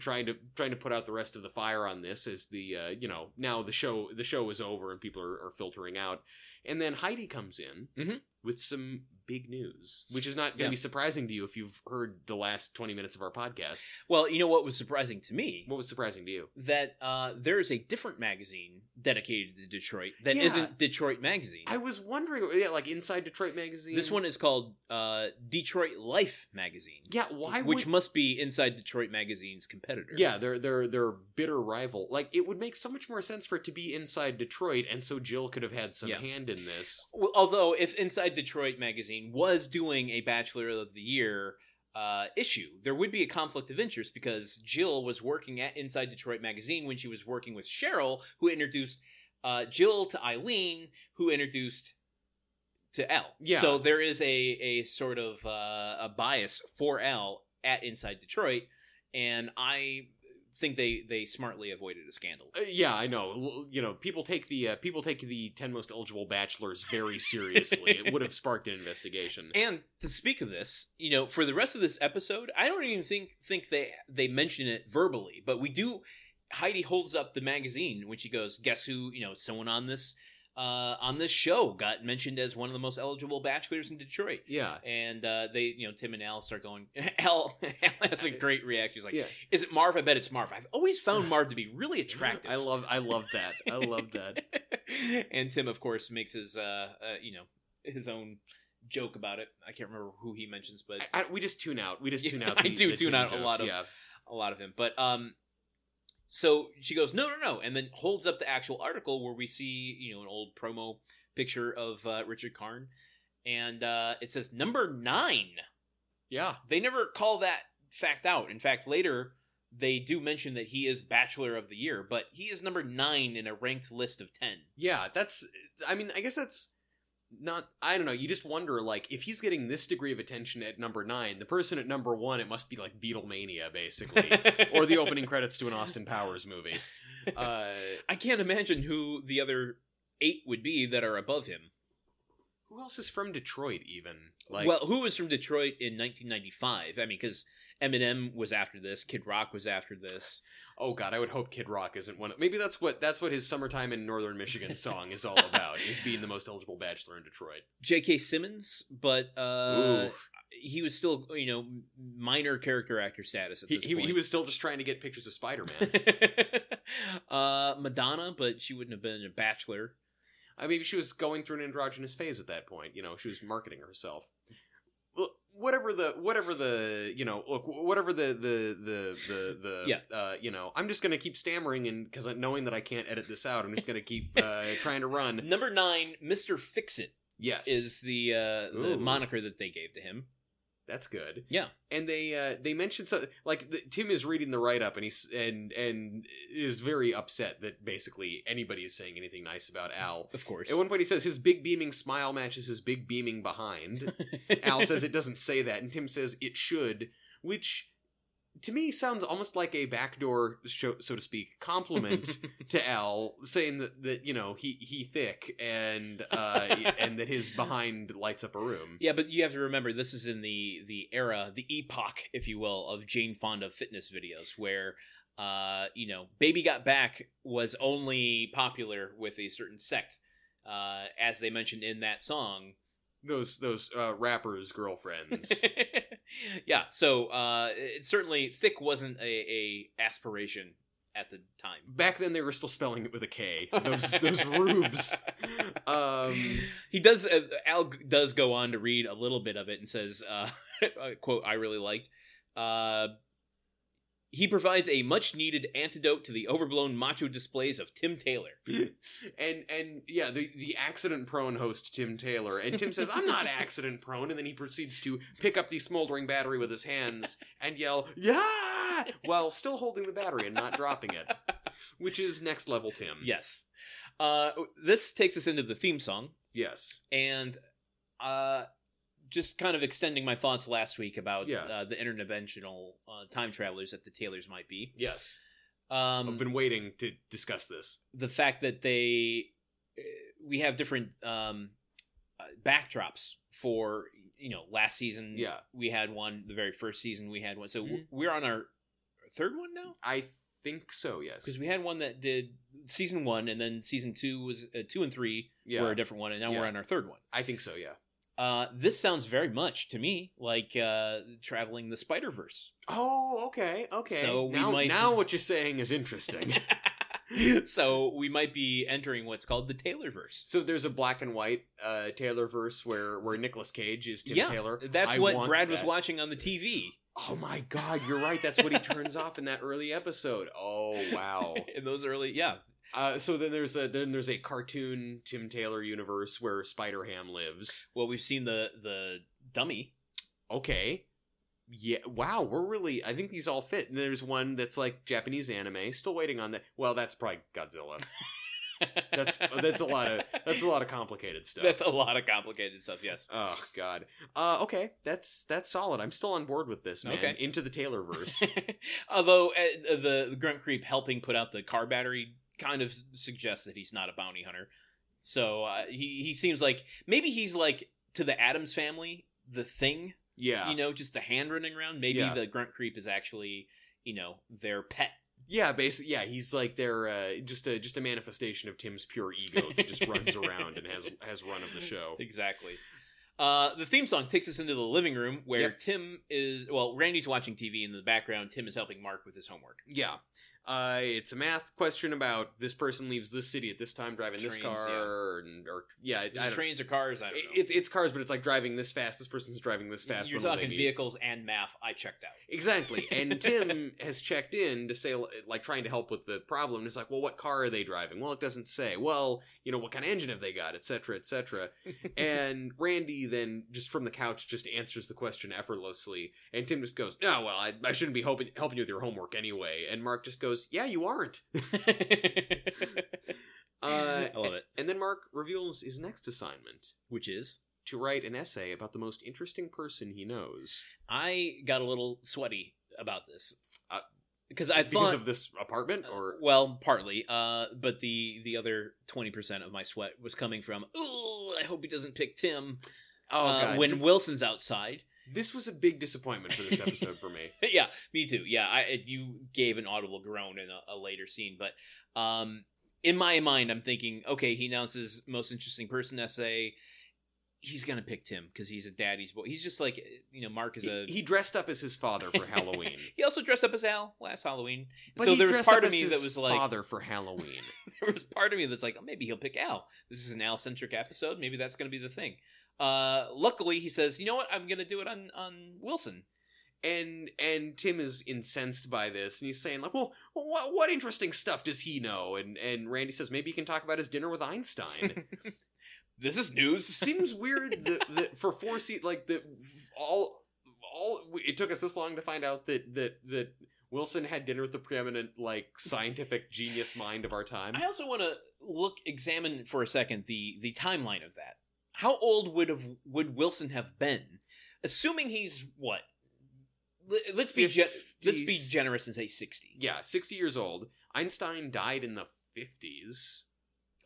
Speaker 1: trying to trying to put out the rest of the fire on this as the uh, you know now the show the show is over and people are, are filtering out, and then Heidi comes in
Speaker 2: Mhm.
Speaker 1: with some big news, which is not going to
Speaker 2: Yeah.
Speaker 1: be surprising to you if you've heard the last twenty minutes of our podcast.
Speaker 2: Well, you know what was surprising to me
Speaker 1: What was surprising to you?
Speaker 2: that uh, there is a different magazine dedicated to Detroit that
Speaker 1: Yeah.
Speaker 2: not Detroit Magazine.
Speaker 1: I was wondering, yeah, like Inside Detroit Magazine.
Speaker 2: this one is called uh, Detroit Life Magazine,
Speaker 1: Yeah, why would
Speaker 2: which must be inside Detroit Magazine's competitor.
Speaker 1: yeah, they're they're they're bitter rival. Like it would make so much more sense for it to be inside Detroit, and so Jill could have had some
Speaker 2: Yeah.
Speaker 1: hand in this.
Speaker 2: Well, although if Inside Detroit magazine was doing a Bachelor of the Year uh, issue, there would be a conflict of interest because Jill was working at Inside Detroit magazine when she was working with Cheryl, who introduced uh, Jill to Eileen, who introduced to Al.
Speaker 1: Yeah.
Speaker 2: So there is a a sort of uh, a bias for Al at Inside Detroit, and I think they they smartly avoided a scandal.
Speaker 1: Uh, yeah, I know. L- You know, people take the uh, people take the ten most eligible bachelors very seriously. it would have sparked an investigation.
Speaker 2: And to speak of this, you know, for the rest of this episode, I don't even think think they they mention it verbally, but we do. Heidi holds up the magazine when she goes, "Guess who? You know, someone on this uh, on this show got mentioned as one of the most eligible bachelors in Detroit."
Speaker 1: yeah,
Speaker 2: And uh, they, you know, Tim and Al start going. Al, Al has a great reaction. He's like,
Speaker 1: Yeah.
Speaker 2: "Is it Marv? I bet it's Marv. I've always found Marv to be really attractive."
Speaker 1: I love I love that. I love that.
Speaker 2: and Tim, of course, makes his, uh, uh, you know, his own joke about it. I can't remember who he mentions, but
Speaker 1: I, I- we just tune out. We just
Speaker 2: Yeah,
Speaker 1: tune out.
Speaker 2: I
Speaker 1: The,
Speaker 2: do
Speaker 1: the
Speaker 2: tune
Speaker 1: Tim
Speaker 2: out a
Speaker 1: jokes,
Speaker 2: lot of-
Speaker 1: yeah.
Speaker 2: a lot of him. But um, so she goes, no, no, no, and then holds up the actual article where we see, you know, an old promo picture of uh, Richard Karn, and uh, it says number nine.
Speaker 1: yeah.
Speaker 2: They never call that fact out. In fact, later they do mention that he is Bachelor of the Year, but he is number nine in a ranked list of ten.
Speaker 1: Yeah, that's. I mean, I guess that's not. I don't know. You just wonder, like, if he's getting this degree of attention at number nine, the person at number one, it must be like Beatlemania, basically, or the opening credits to an Austin Powers movie. Uh,
Speaker 2: I can't imagine who the other eight would be that are above him.
Speaker 1: who else is from Detroit, even? Like,
Speaker 2: well, who was from Detroit in 1995? I mean, because Eminem was after this, Kid Rock was after this.
Speaker 1: oh god, I would hope Kid Rock isn't one. Of, maybe that's what that's what his "Summertime in Northern Michigan" song is all about. is being the most eligible bachelor in Detroit.
Speaker 2: J.K. Simmons, but uh,
Speaker 1: Ooh.
Speaker 2: he was still, you know, minor character actor status at
Speaker 1: He,
Speaker 2: this
Speaker 1: he,
Speaker 2: point.
Speaker 1: he was still just trying to get pictures of Spider Man.
Speaker 2: uh, Madonna, but she wouldn't have been a bachelor.
Speaker 1: I mean, she was going through an androgynous phase at that point. You know, she was marketing herself. Well, Whatever the whatever the you know look whatever the the the the, the
Speaker 2: Yeah.
Speaker 1: uh, you know I'm just gonna keep stammering and because knowing that I can't edit this out I'm just gonna keep uh, trying to run
Speaker 2: Number nine, Mr. Fix It.
Speaker 1: Yes,
Speaker 2: is the uh, the
Speaker 1: Ooh.
Speaker 2: moniker that they gave to him.
Speaker 1: that's good.
Speaker 2: Yeah.
Speaker 1: and they uh, they mentioned something like the, Tim is reading the write up and he's and and is very upset that basically anybody is saying anything nice about Al.
Speaker 2: Of course.
Speaker 1: At one point, he says his big beaming smile matches his big beaming behind. Al says it doesn't say that, and Tim says it should, which to me sounds almost like a backdoor, show, so to speak, compliment to Al, saying that, that you know he he thick and uh, and that his behind lights up a room.
Speaker 2: Yeah, but you have to remember this is in the the era, the epoch, if you will, of Jane Fonda fitness videos, where uh, you know, Baby Got Back was only popular with a certain sect, uh, as they mentioned in that song.
Speaker 1: Those those uh, rappers' girlfriends.
Speaker 2: yeah, so uh, it certainly thick wasn't a, a aspiration at the time.
Speaker 1: Back then, they were still spelling it with a K. Those those rubes. Um,
Speaker 2: he does. Uh, Al g- does go on to read a little bit of it and says, uh, a "quote I really liked." Uh, he provides a much-needed antidote to the overblown macho displays of Tim Taylor.
Speaker 1: Hmm. and and yeah, the the accident prone host Tim Taylor, and Tim says, "I'm not accident prone," and then he proceeds to pick up the smoldering battery with his hands and yell, "Yeah!" while still holding the battery and not dropping it, which is next level Tim.
Speaker 2: Yes, uh, this takes us into the theme song,
Speaker 1: Yes.
Speaker 2: and uh, just kind of extending my thoughts last week about
Speaker 1: Yeah.
Speaker 2: uh, the interdimensional uh, time travelers that the Taylors might be.
Speaker 1: Yes.
Speaker 2: Um,
Speaker 1: I've been waiting to discuss this.
Speaker 2: the fact that they uh, we have different um uh, backdrops for you know last season
Speaker 1: Yeah.
Speaker 2: we had one the very first season we had one so w
Speaker 1: Mhm.
Speaker 2: we're on our third one now
Speaker 1: I think so. Yes.
Speaker 2: because we had one that did season one and then season two was uh, two and three
Speaker 1: Yeah.
Speaker 2: were a different one and now
Speaker 1: Yeah.
Speaker 2: we're on our third one
Speaker 1: I think so. Yeah.
Speaker 2: uh this sounds very much to me like uh traveling the spider verse
Speaker 1: Oh, okay. Okay.
Speaker 2: So we
Speaker 1: now,
Speaker 2: might-
Speaker 1: now what you're saying is interesting.
Speaker 2: so we might be entering what's called the taylor verse
Speaker 1: So there's a black and white uh, Taylor verse where where Nicolas Cage is Tim
Speaker 2: Yeah,
Speaker 1: Taylor.
Speaker 2: that's
Speaker 1: I
Speaker 2: what
Speaker 1: want
Speaker 2: brad was
Speaker 1: that.
Speaker 2: watching on the tv
Speaker 1: Oh my God, you're right. That's what he turns off in that early episode. Oh wow.
Speaker 2: in those early yeah
Speaker 1: Uh, so then there's a then there's a cartoon Tim Taylor universe where Spider Ham lives.
Speaker 2: well we've seen the the dummy
Speaker 1: Okay. Yeah. Wow. We're really. I think these all fit. And there's one that's like Japanese anime. Still waiting on that. Well, that's probably Godzilla. That's that's a lot of that's a lot of complicated stuff.
Speaker 2: that's a lot of complicated stuff yes
Speaker 1: Oh God. Uh, okay, that's that's solid. I'm still on board with this, man.
Speaker 2: Okay.
Speaker 1: Into the Taylorverse.
Speaker 2: although uh, the, the grunt creep helping put out the car battery kind of s- suggests that he's not a bounty hunter so uh, he he seems like maybe he's like to the adams family the thing
Speaker 1: yeah,
Speaker 2: you know just the hand running around maybe
Speaker 1: Yeah.
Speaker 2: the grunt creep is actually you know their pet
Speaker 1: yeah. Basically, yeah. He's like they're uh, just a just a manifestation of Tim's pure ego that just runs around and has has run of the show.
Speaker 2: Exactly. Uh, the theme song takes us into the living room where
Speaker 1: Yep.
Speaker 2: Tim is well, Randy's watching TV in the background. Tim is helping Mark with his homework.
Speaker 1: Yeah. Uh, it's a math question about this person leaves this city at this time driving this
Speaker 2: Trains,
Speaker 1: car,
Speaker 2: yeah.
Speaker 1: and, or yeah, I
Speaker 2: Is it
Speaker 1: don't-
Speaker 2: trains or cars? I don't know.
Speaker 1: It's it's cars, but it's like driving this fast. This person's driving this fast.
Speaker 2: You're
Speaker 1: when will they
Speaker 2: talking
Speaker 1: meet?
Speaker 2: vehicles and math. I checked out.
Speaker 1: Exactly. And Tim has checked in to say, like, trying to help with the problem. And it's like, well, what car are they driving? Well, it doesn't say. Well, you know, what kind of engine have they got, et cetera, et cetera. and Randy then, just from the couch, just answers the question effortlessly. And Tim just goes, no, well, I, I shouldn't be helping, helping you with your homework anyway. And Mark just goes, yeah, you aren't. Uh,
Speaker 2: I love it.
Speaker 1: and then Mark reveals his next assignment
Speaker 2: Which is,
Speaker 1: to write an essay about the most interesting person he knows
Speaker 2: I got a little sweaty about this Uh, because I
Speaker 1: because
Speaker 2: thought Uh,
Speaker 1: of this apartment or
Speaker 2: well, partly. Uh, but the the other twenty percent of my sweat was coming from. Ooh, I hope he doesn't pick Tim
Speaker 1: oh
Speaker 2: uh,
Speaker 1: God,
Speaker 2: when
Speaker 1: this-
Speaker 2: Wilson's outside.
Speaker 1: This was a big disappointment for this episode for me.
Speaker 2: yeah, me too. Yeah, I I- you gave an audible groan in a, a later scene, but um, in my mind, I'm thinking, okay, he announces most interesting person essay. He's gonna pick Tim because he's a daddy's boy. He's just like eh, you know, Mark is a.
Speaker 1: He, he dressed up as his father for Halloween.
Speaker 2: He also dressed up as Al last Halloween.
Speaker 1: But
Speaker 2: so
Speaker 1: he
Speaker 2: there was
Speaker 1: dressed up
Speaker 2: part of
Speaker 1: as
Speaker 2: me that
Speaker 1: his
Speaker 2: was like,
Speaker 1: father for Halloween.
Speaker 2: there was part of me that's like, oh, maybe he'll pick Al. This is an Al centric episode. Maybe that's gonna be the thing. Uh, luckily, he says, you know what? I'm gonna do it on on Wilson.
Speaker 1: and and Tim is incensed by this, and he's saying like, "Well, what what interesting stuff does he know?" And and Randy says, "Maybe he can talk about his dinner with Einstein."
Speaker 2: this is news.
Speaker 1: seems weird that, that for four seat like that all all it took us this long to find out that that that Wilson had dinner with the preeminent like scientific genius mind of our time.
Speaker 2: I also want to look examine for a second the the timeline of that. How old would have would Wilson have been? Assuming he's what? L- Let's be gen- let's be
Speaker 1: 50s.
Speaker 2: generous and say 60.
Speaker 1: yeah, 60 years old. Einstein died in the 50s,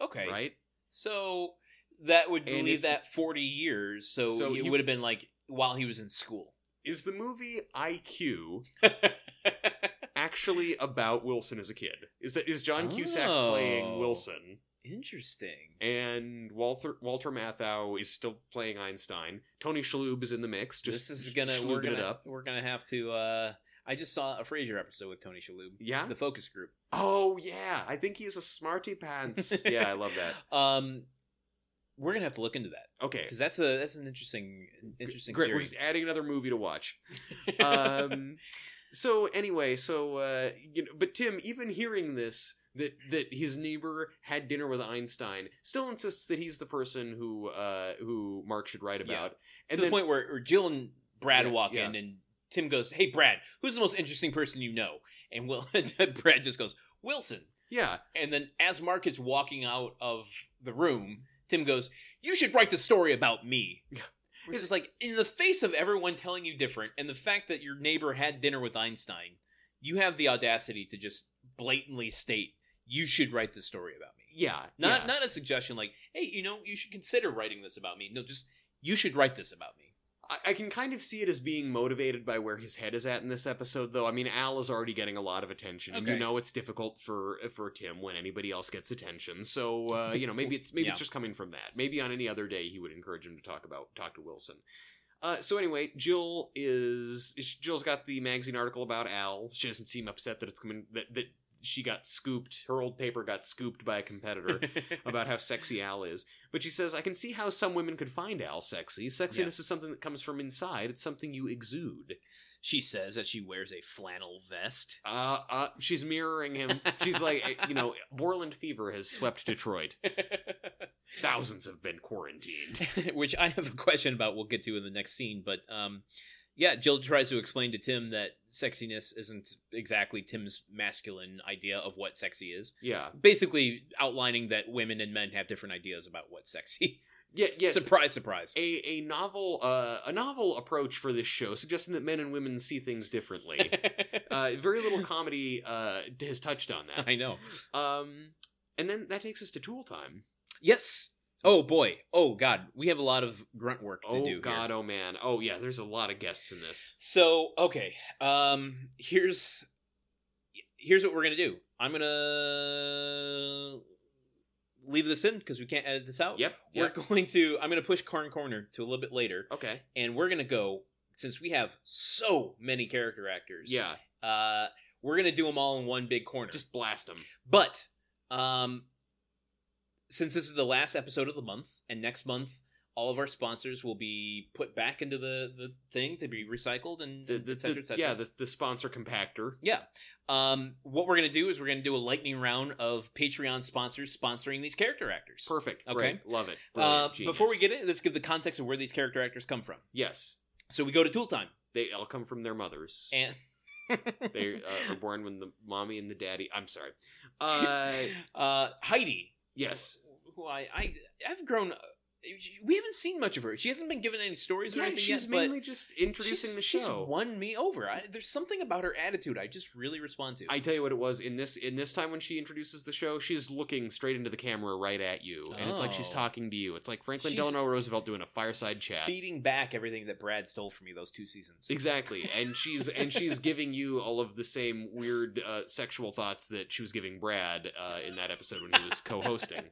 Speaker 2: Okay.
Speaker 1: right?
Speaker 2: So that would
Speaker 1: And
Speaker 2: leave
Speaker 1: it's-
Speaker 2: that 40 years. So,
Speaker 1: So
Speaker 2: it
Speaker 1: he-
Speaker 2: would have been like while he was in school.
Speaker 1: Is the movie IQ actually about Wilson as a kid? Is that is John Cusack
Speaker 2: Oh.
Speaker 1: playing Wilson
Speaker 2: Interesting.
Speaker 1: and Walter Walter Matthau is still playing Einstein? Tony Shalhoub is in the mix. Just
Speaker 2: this is gonna
Speaker 1: sh-
Speaker 2: we're
Speaker 1: shaloubing
Speaker 2: gonna
Speaker 1: it up.
Speaker 2: we're gonna have to. uh I just saw a Frasier episode with Tony Shalhoub.
Speaker 1: Yeah.
Speaker 2: The focus group.
Speaker 1: Oh yeah, I think he is a smarty pants. yeah, I love that.
Speaker 2: Um, we're gonna have to look into that
Speaker 1: Okay,
Speaker 2: because that's a that's an interesting interesting
Speaker 1: great. We're
Speaker 2: theory.
Speaker 1: just adding another movie to watch. um, so anyway, so uh, you know, but Tim, even hearing this that that his neighbor had dinner with Einstein, still insists that he's the person who uh, who Mark should write
Speaker 2: Yeah.
Speaker 1: about.
Speaker 2: to
Speaker 1: And
Speaker 2: the
Speaker 1: then,
Speaker 2: point where, where Jill and Brad
Speaker 1: Yeah,
Speaker 2: walk
Speaker 1: yeah.
Speaker 2: in and Tim goes, "Hey Brad, who's the most interesting person you know?" And Will Brad just goes, "Wilson."
Speaker 1: yeah,
Speaker 2: And then as Mark is walking out of the room, Tim goes, You should write the story about me. Which is like, in the face of everyone telling you different, and the fact that your neighbor had dinner with Einstein, you have the audacity to just blatantly state, You should write the story about me.
Speaker 1: yeah,
Speaker 2: Not
Speaker 1: yeah.
Speaker 2: not a suggestion like, hey, you know, you should consider writing this about me. No, just you should write this about me.
Speaker 1: I, I can kind of see it as being motivated by where his head is at in this episode, though. I mean, Al is already getting a lot of attention, and you
Speaker 2: Okay.
Speaker 1: know it's difficult for for Tim when anybody else gets attention. So uh, you know, maybe it's maybe it's
Speaker 2: Yeah.
Speaker 1: just coming from that. Maybe on any other day he would encourage him to talk about talk to Wilson. Uh, so anyway, Jill is Jill's got the magazine article about Al. She doesn't seem upset that it's coming that that she got scooped. Her old paper got scooped by a competitor about how sexy Al is. But she says, I can see how some women could find Al sexy. Sexiness
Speaker 2: Yeah.
Speaker 1: is something that comes from inside, it's something you exude.
Speaker 2: she says that she wears a flannel vest.
Speaker 1: Uh, uh, she's mirroring him. She's like, eh, you know, Borland fever has swept Detroit. Thousands have been quarantined.
Speaker 2: which I have a question about. We'll get to in the next scene, but um, yeah, Jill tries to explain to Tim that sexiness isn't exactly Tim's masculine idea of what sexy is.
Speaker 1: Yeah.
Speaker 2: Basically, outlining that women and men have different ideas about what sexy.
Speaker 1: Yeah, yes.
Speaker 2: surprise, surprise.
Speaker 1: a, a novel uh, a novel approach for this show, suggesting that men and women see things differently. uh, very little comedy uh, has touched on that.
Speaker 2: I know.
Speaker 1: Um, and then that takes us to tool time.
Speaker 2: Yes. Oh boy. Oh god. We have a lot of grunt work to
Speaker 1: Oh
Speaker 2: do. here.
Speaker 1: God, oh man, oh yeah. There's a lot of guests in this.
Speaker 2: So okay, um, here's here's what we're gonna do. I'm gonna leave this in because we can't edit this out.
Speaker 1: Yep.
Speaker 2: Oh, We're
Speaker 1: yep.
Speaker 2: going to. I'm gonna push Corn Corner to a little bit later,
Speaker 1: Okay.
Speaker 2: and we're gonna go since we have so many character actors.
Speaker 1: Yeah.
Speaker 2: Uh, we're gonna do them all in one big corner.
Speaker 1: Just blast them.
Speaker 2: Mm-hmm. But um since this is the last episode of the month and next month all of our sponsors will be put back into the the thing to be recycled and
Speaker 1: The, the,
Speaker 2: et cetera,
Speaker 1: the-
Speaker 2: et cetera.
Speaker 1: yeah, the, the sponsor compactor.
Speaker 2: um what we're going to do is we're going to do a lightning round of Patreon sponsors sponsoring these character actors.
Speaker 1: Perfect.
Speaker 2: Okay.
Speaker 1: Great. Love it. Brilliant.
Speaker 2: Uh,
Speaker 1: Genius.
Speaker 2: before we get in, let's give the context of where these character actors come from.
Speaker 1: yes,
Speaker 2: So we go to Tool Time
Speaker 1: they all come from their mothers.
Speaker 2: and
Speaker 1: they uh, are born when the mommy and the daddy. I'm sorry. Uh,
Speaker 2: uh, Heidi,
Speaker 1: yes.
Speaker 2: who I I I've grown. uh, We haven't seen much of her. She hasn't been given any stories or
Speaker 1: Yeah,
Speaker 2: anything
Speaker 1: she's
Speaker 2: yet. but-
Speaker 1: mainly just introducing the show.
Speaker 2: She's won me over. I, there's something about her attitude I just really respond to.
Speaker 1: I tell you what it was in this in this time when she introduces the show, she's looking straight into the camera right at you, and it's like she's
Speaker 2: Oh.
Speaker 1: talking to you. It's like Franklin
Speaker 2: She's
Speaker 1: Delano Roosevelt doing a fireside chat.
Speaker 2: feeding back everything that Brad stole from me those two seasons.
Speaker 1: Exactly, and she's and she's giving you all of the same weird uh, sexual thoughts that she was giving Brad uh, in that episode when he was co-hosting.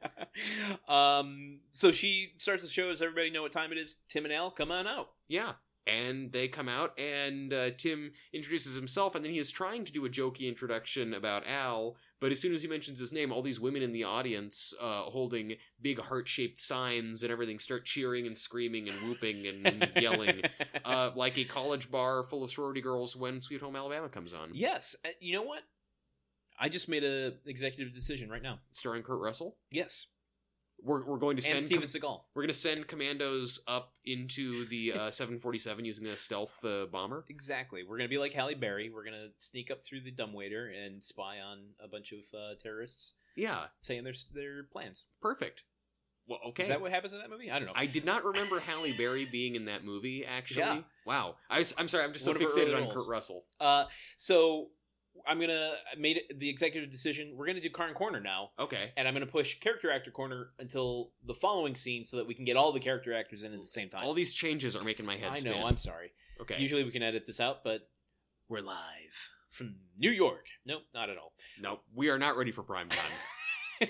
Speaker 2: um, so she starts the show. Does everybody know what time it is? Tim and Al, come on out.
Speaker 1: Yeah, and they come out, and uh, Tim introduces himself, and then he is trying to do a jokey introduction about Al, but as soon as he mentions his name, all these women in the audience uh, holding big heart-shaped signs and everything start cheering and screaming and whooping and Mm, yelling. Uh, like a college bar full of sorority girls when Sweet Home Alabama comes on,
Speaker 2: yes. Uh, You know what? I just made a executive decision right now.
Speaker 1: starring Kurt Russell.
Speaker 2: Yes.
Speaker 1: We're, we're going to
Speaker 2: and
Speaker 1: send
Speaker 2: Steven Seagal.
Speaker 1: we're going to send commandos up into the uh, 747 using a stealth uh, bomber.
Speaker 2: Exactly. We're gonna be like Halle Berry. We're gonna sneak up through the dumbwaiter and spy on a bunch of uh, terrorists
Speaker 1: Yeah,
Speaker 2: saying their their plans.
Speaker 1: perfect. Well, okay.
Speaker 2: Is that what happens in that movie? I don't know.
Speaker 1: I did not remember Halle Berry being in that movie. Actually,
Speaker 2: Yeah.
Speaker 1: wow. I was, I'm sorry. I'm just so
Speaker 2: One of her
Speaker 1: fixated on
Speaker 2: early roles.
Speaker 1: Kurt Russell.
Speaker 2: Uh, so I'm gonna I made it, the executive decision. We're gonna do Karn Corner now,
Speaker 1: Okay,
Speaker 2: and I'm gonna push character actor corner until the following scene so that we can get all the character actors in at the same time.
Speaker 1: all these changes are making my head
Speaker 2: I know.
Speaker 1: spin.
Speaker 2: I'm sorry.
Speaker 1: okay.
Speaker 2: Usually we can edit this out, but we're live from New York. Nope, not at all.
Speaker 1: no, we are not ready for prime time.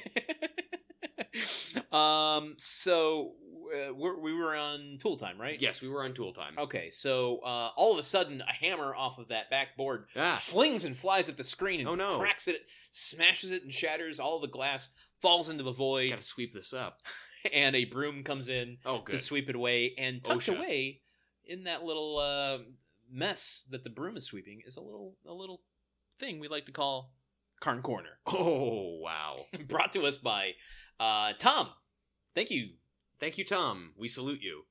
Speaker 2: um. So uh, we're, we were on tool time, right?
Speaker 1: yes, we were on Tool time.
Speaker 2: Okay. So uh, all of a sudden, a hammer off of that backboard
Speaker 1: Ah,
Speaker 2: flings and flies at the screen and
Speaker 1: Oh, no.
Speaker 2: cracks it, smashes it, and shatters all the glass. Falls into the void,
Speaker 1: gotta sweep this up.
Speaker 2: and a broom comes in
Speaker 1: Oh, good. Oh,
Speaker 2: to sweep it away. And tucked
Speaker 1: OSHA.
Speaker 2: away in that little uh, mess that the broom is sweeping is a little a little thing we like to call Carn Corner,
Speaker 1: oh wow.
Speaker 2: brought to us by uh, Tom. Thank you,
Speaker 1: Thank you, Tom. We salute you.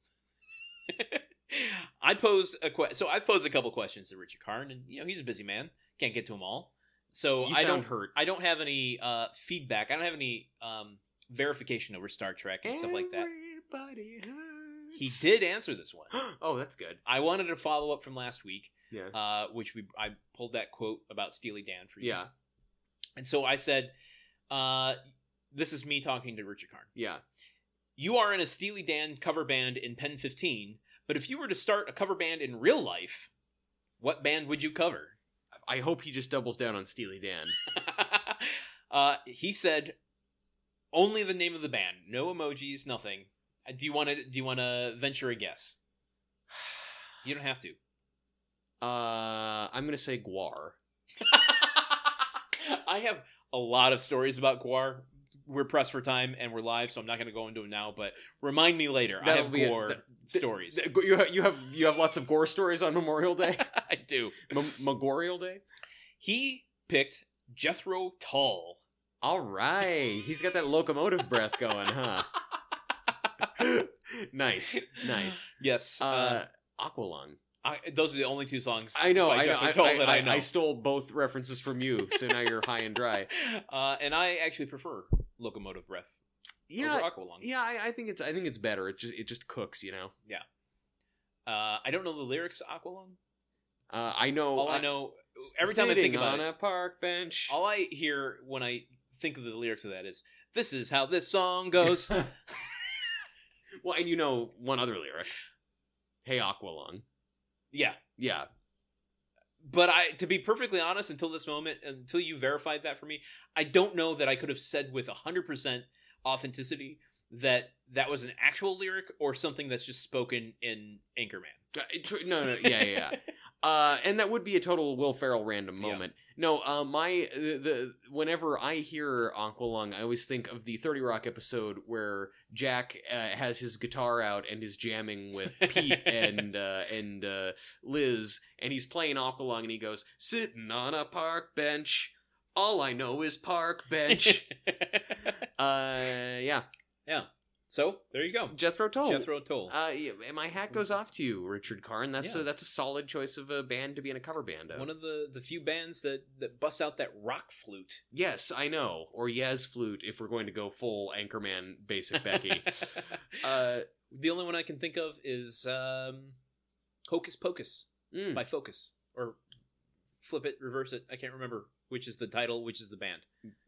Speaker 2: I posed a que- so I've posed a couple questions to Richard Karn, and you know he's a busy man, can't get to them all. So
Speaker 1: you
Speaker 2: I
Speaker 1: sound
Speaker 2: don't
Speaker 1: hurt.
Speaker 2: I don't have any uh, feedback. I don't have any um, verification over Star Trek and stuff like that.
Speaker 1: Everybody hurts.
Speaker 2: He did answer this one.
Speaker 1: oh, that's good.
Speaker 2: I wanted a follow up from last week,
Speaker 1: Yeah.
Speaker 2: uh, which we I pulled that quote about Steely Dan for you.
Speaker 1: Yeah.
Speaker 2: and so I said, uh, "This is me talking to Richard Karn.
Speaker 1: Yeah.
Speaker 2: You are in a Steely Dan cover band in Pen 15, but if you were to start a cover band in real life, what band would you cover?
Speaker 1: I hope he just doubles down on Steely Dan.
Speaker 2: uh, he said, only the name of the band, no emojis, nothing. Uh, Do you want to? Do you want to venture a guess? You don't have to.
Speaker 1: Uh, I'm gonna say Guar.
Speaker 2: I have a lot of stories about Guar. We're pressed for time and we're live, so I'm not going to go into them now. But remind me later. I
Speaker 1: That'll
Speaker 2: have
Speaker 1: be it.
Speaker 2: Guar
Speaker 1: Th-
Speaker 2: stories.
Speaker 1: You have, you have you have lots of gore stories on Memorial Day,
Speaker 2: I do.
Speaker 1: M- Memorial Day.
Speaker 2: He picked Jethro Tull.
Speaker 1: All right, he's got that locomotive breath going, huh? nice, nice.
Speaker 2: Yes.
Speaker 1: Uh,
Speaker 2: Uh,
Speaker 1: Aqualung.
Speaker 2: I, those are the only two songs
Speaker 1: I know, I
Speaker 2: by
Speaker 1: know.
Speaker 2: Jethro
Speaker 1: I,
Speaker 2: Tull
Speaker 1: I-
Speaker 2: that
Speaker 1: I-
Speaker 2: I, know.
Speaker 1: I stole both references from you, so now you're high and dry.
Speaker 2: Uh, and I actually prefer Locomotive Breath
Speaker 1: Yeah,
Speaker 2: over Aqualung.
Speaker 1: yeah. I, I think it's I think it's better. It just it just cooks, you know.
Speaker 2: Uh, I don't know the lyrics to Aqualung.
Speaker 1: Uh, I know.
Speaker 2: All I know, every time I
Speaker 1: sitting
Speaker 2: think about
Speaker 1: on
Speaker 2: it,
Speaker 1: a park bench.
Speaker 2: all I hear when I think of the lyrics of that is, this is how this song goes.
Speaker 1: well, and you know one other lyric. Hey Aqualung.
Speaker 2: yeah.
Speaker 1: Yeah.
Speaker 2: But I, to be perfectly honest, until this moment, until you verified that for me, I don't know that I could have said with 100% authenticity that that was an actual lyric or something that's just spoken in Anchorman.
Speaker 1: Uh, tr- No, no, yeah, yeah, yeah. Uh, and that would be a total Will Ferrell random
Speaker 2: Yeah.
Speaker 1: moment. No, uh, my the, the whenever I hear Aqualung, I always think of the Thirty Rock episode where Jack uh, has his guitar out and is jamming with Pete and uh, and uh, Liz, and he's playing Aqualung, and he goes sitting on a park bench. All I know is park bench. uh, yeah,
Speaker 2: so there you go.
Speaker 1: Jethro Tull.
Speaker 2: Jethro Tull.
Speaker 1: Uh, yeah, my hat goes off to you, Richard Karn. That's
Speaker 2: Yeah.
Speaker 1: a that's a solid choice of a band to be in a cover band of.
Speaker 2: one of the the few bands that that bust out that rock flute.
Speaker 1: yes, I know, or Yes Flute if we're going to go full Anchorman basic Becky. uh,
Speaker 2: the only one I can think of is um, Hocus Pocus
Speaker 1: mm,
Speaker 2: by Focus or Flip It, Reverse It. I can't remember which is the title, which is the band.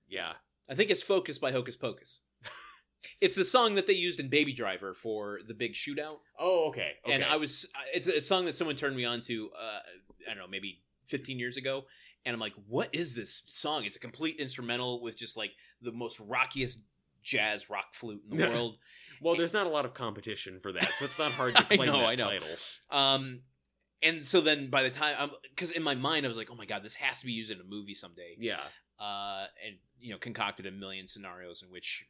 Speaker 1: yeah,
Speaker 2: I think it's Focus by Hocus Pocus. it's the song that they used in Baby Driver for the big shootout.
Speaker 1: Oh, okay. okay.
Speaker 2: And I was, it's a song that someone turned me on to, uh, I don't know, maybe 15 years ago. And I'm like, what is this song? It's a complete instrumental with just like the most rockiest jazz rock flute in the world.
Speaker 1: well, there's not a lot of competition for that, so it's not hard to claim
Speaker 2: know,
Speaker 1: that
Speaker 2: I know.
Speaker 1: title.
Speaker 2: Um, and so then by the time I'm, because in my mind, I was like, oh my God, this has to be used in a movie someday.
Speaker 1: Yeah,
Speaker 2: Uh, and, you know, concocted a million scenarios in which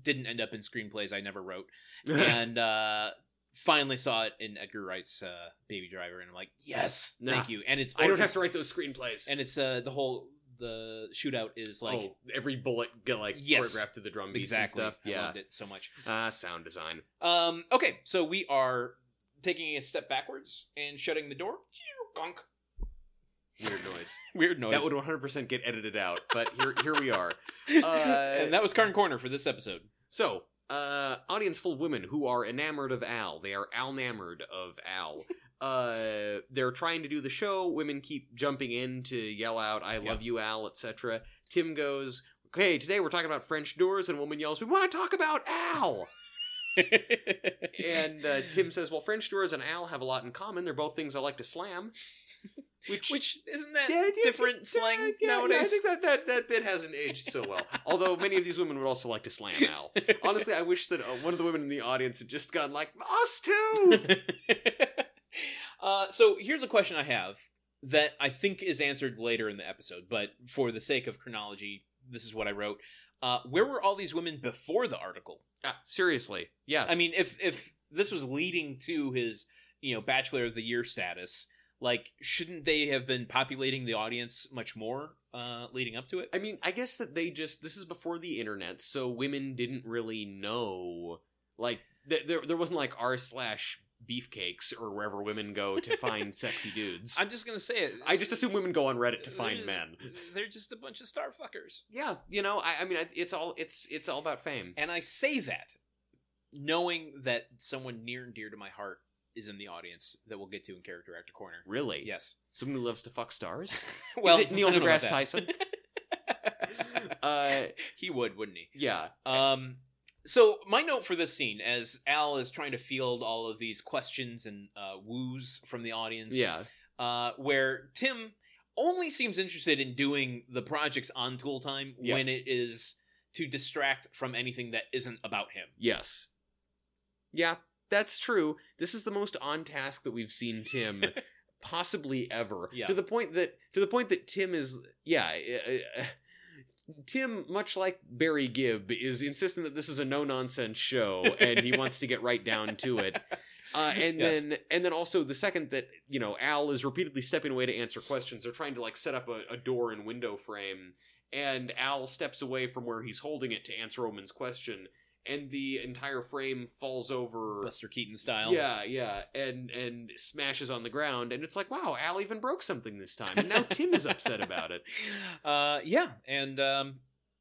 Speaker 2: didn't end up in screenplays I never wrote. and uh finally saw it in Edgar Wright's uh Baby Driver and I'm like, "Yes,
Speaker 1: Nah.
Speaker 2: thank you." And it's
Speaker 1: I don't have
Speaker 2: orchest-
Speaker 1: to write those screenplays.
Speaker 2: and it's uh the whole the shootout is like
Speaker 1: oh, every bullet get like
Speaker 2: Yes.
Speaker 1: choreographed to the drum beats
Speaker 2: exactly.
Speaker 1: and stuff.
Speaker 2: I
Speaker 1: Yeah,
Speaker 2: loved it so much.
Speaker 1: ah, sound design.
Speaker 2: Um, okay, so we are taking a step backwards and shutting the door. Gonk.
Speaker 1: Weird noise.
Speaker 2: Weird noise.
Speaker 1: That would 100% get edited out, but here, here we are. uh,
Speaker 2: and that was Karn Corner for this episode.
Speaker 1: So, uh, audience full of women who are enamored of Al. They are Al enamored of Al. Uh, they're trying to do the show. Women keep jumping in to yell out, "I love you, Al," etc. Tim goes, "Okay, today we're talking about French doors," and a woman yells, "We want to talk about Al." And uh, Tim says, "Well, French doors and Al have a lot in common. They're both things I like to slam." Which,
Speaker 2: which isn't that
Speaker 1: Yeah, yeah,
Speaker 2: different
Speaker 1: yeah,
Speaker 2: slang
Speaker 1: yeah, yeah, I
Speaker 2: nowadays?
Speaker 1: think that, that that bit hasn't aged so well. Although many of these women would also like to slam Al. Honestly, I wish that uh, one of the women in the audience had just gone like, "Us too."
Speaker 2: uh, so here's a question I have that I think is answered later in the episode, but for the sake of chronology, this is what I wrote. Uh, where were all these women before the article?
Speaker 1: Ah, seriously, yeah.
Speaker 2: I mean, if if this was leading to his, you know, Bachelor of the Year status, like, shouldn't they have been populating the audience much more uh, leading up to it?
Speaker 1: I mean, I guess that they just this is before the internet, so women didn't really know. Like, th- there there wasn't like r slash beefcakes or wherever women go to find sexy dudes.
Speaker 2: I'm just gonna say it.
Speaker 1: I just assume women go on Reddit to find
Speaker 2: There's-
Speaker 1: men.
Speaker 2: They're just a bunch of star fuckers.
Speaker 1: Yeah, you know, I, I mean, I, it's all it's it's all about fame.
Speaker 2: And I say that knowing that someone near and dear to my heart is in the audience that we'll get to in Character Actor Corner.
Speaker 1: Really?
Speaker 2: Yes.
Speaker 1: Someone who loves to fuck stars?
Speaker 2: Well,
Speaker 1: it Neil
Speaker 2: I don't know about
Speaker 1: deGrasse
Speaker 2: that.
Speaker 1: Tyson? uh,
Speaker 2: he would, wouldn't he?
Speaker 1: yeah.
Speaker 2: Um, so my note for this scene, as Al is trying to field all of these questions and uh, woos from the audience,
Speaker 1: Yeah.
Speaker 2: uh, where Tim only seems interested in doing the projects on Tool Time
Speaker 1: Yeah.
Speaker 2: when it is to distract from anything that isn't about him.
Speaker 1: Yes. Yeah, that's true. This is the most on task that we've seen Tim possibly ever.
Speaker 2: Yeah.
Speaker 1: To the point that to the point that Tim is yeah, uh, uh, Tim much like Barry Gibb is insisting that this is a no-nonsense show and he wants to get right down to it. Uh, and
Speaker 2: Yes.
Speaker 1: then and then also the second that you know Al is repeatedly stepping away to answer questions, they're trying to like set up a, a door and window frame, and Al steps away from where he's holding it to answer Omen's question, and the entire frame falls over.
Speaker 2: Buster Keaton style.
Speaker 1: Yeah, yeah, and and smashes on the ground, and it's like, wow, Al even broke something this time, and now Tim is upset about it.
Speaker 2: Uh, yeah, and um,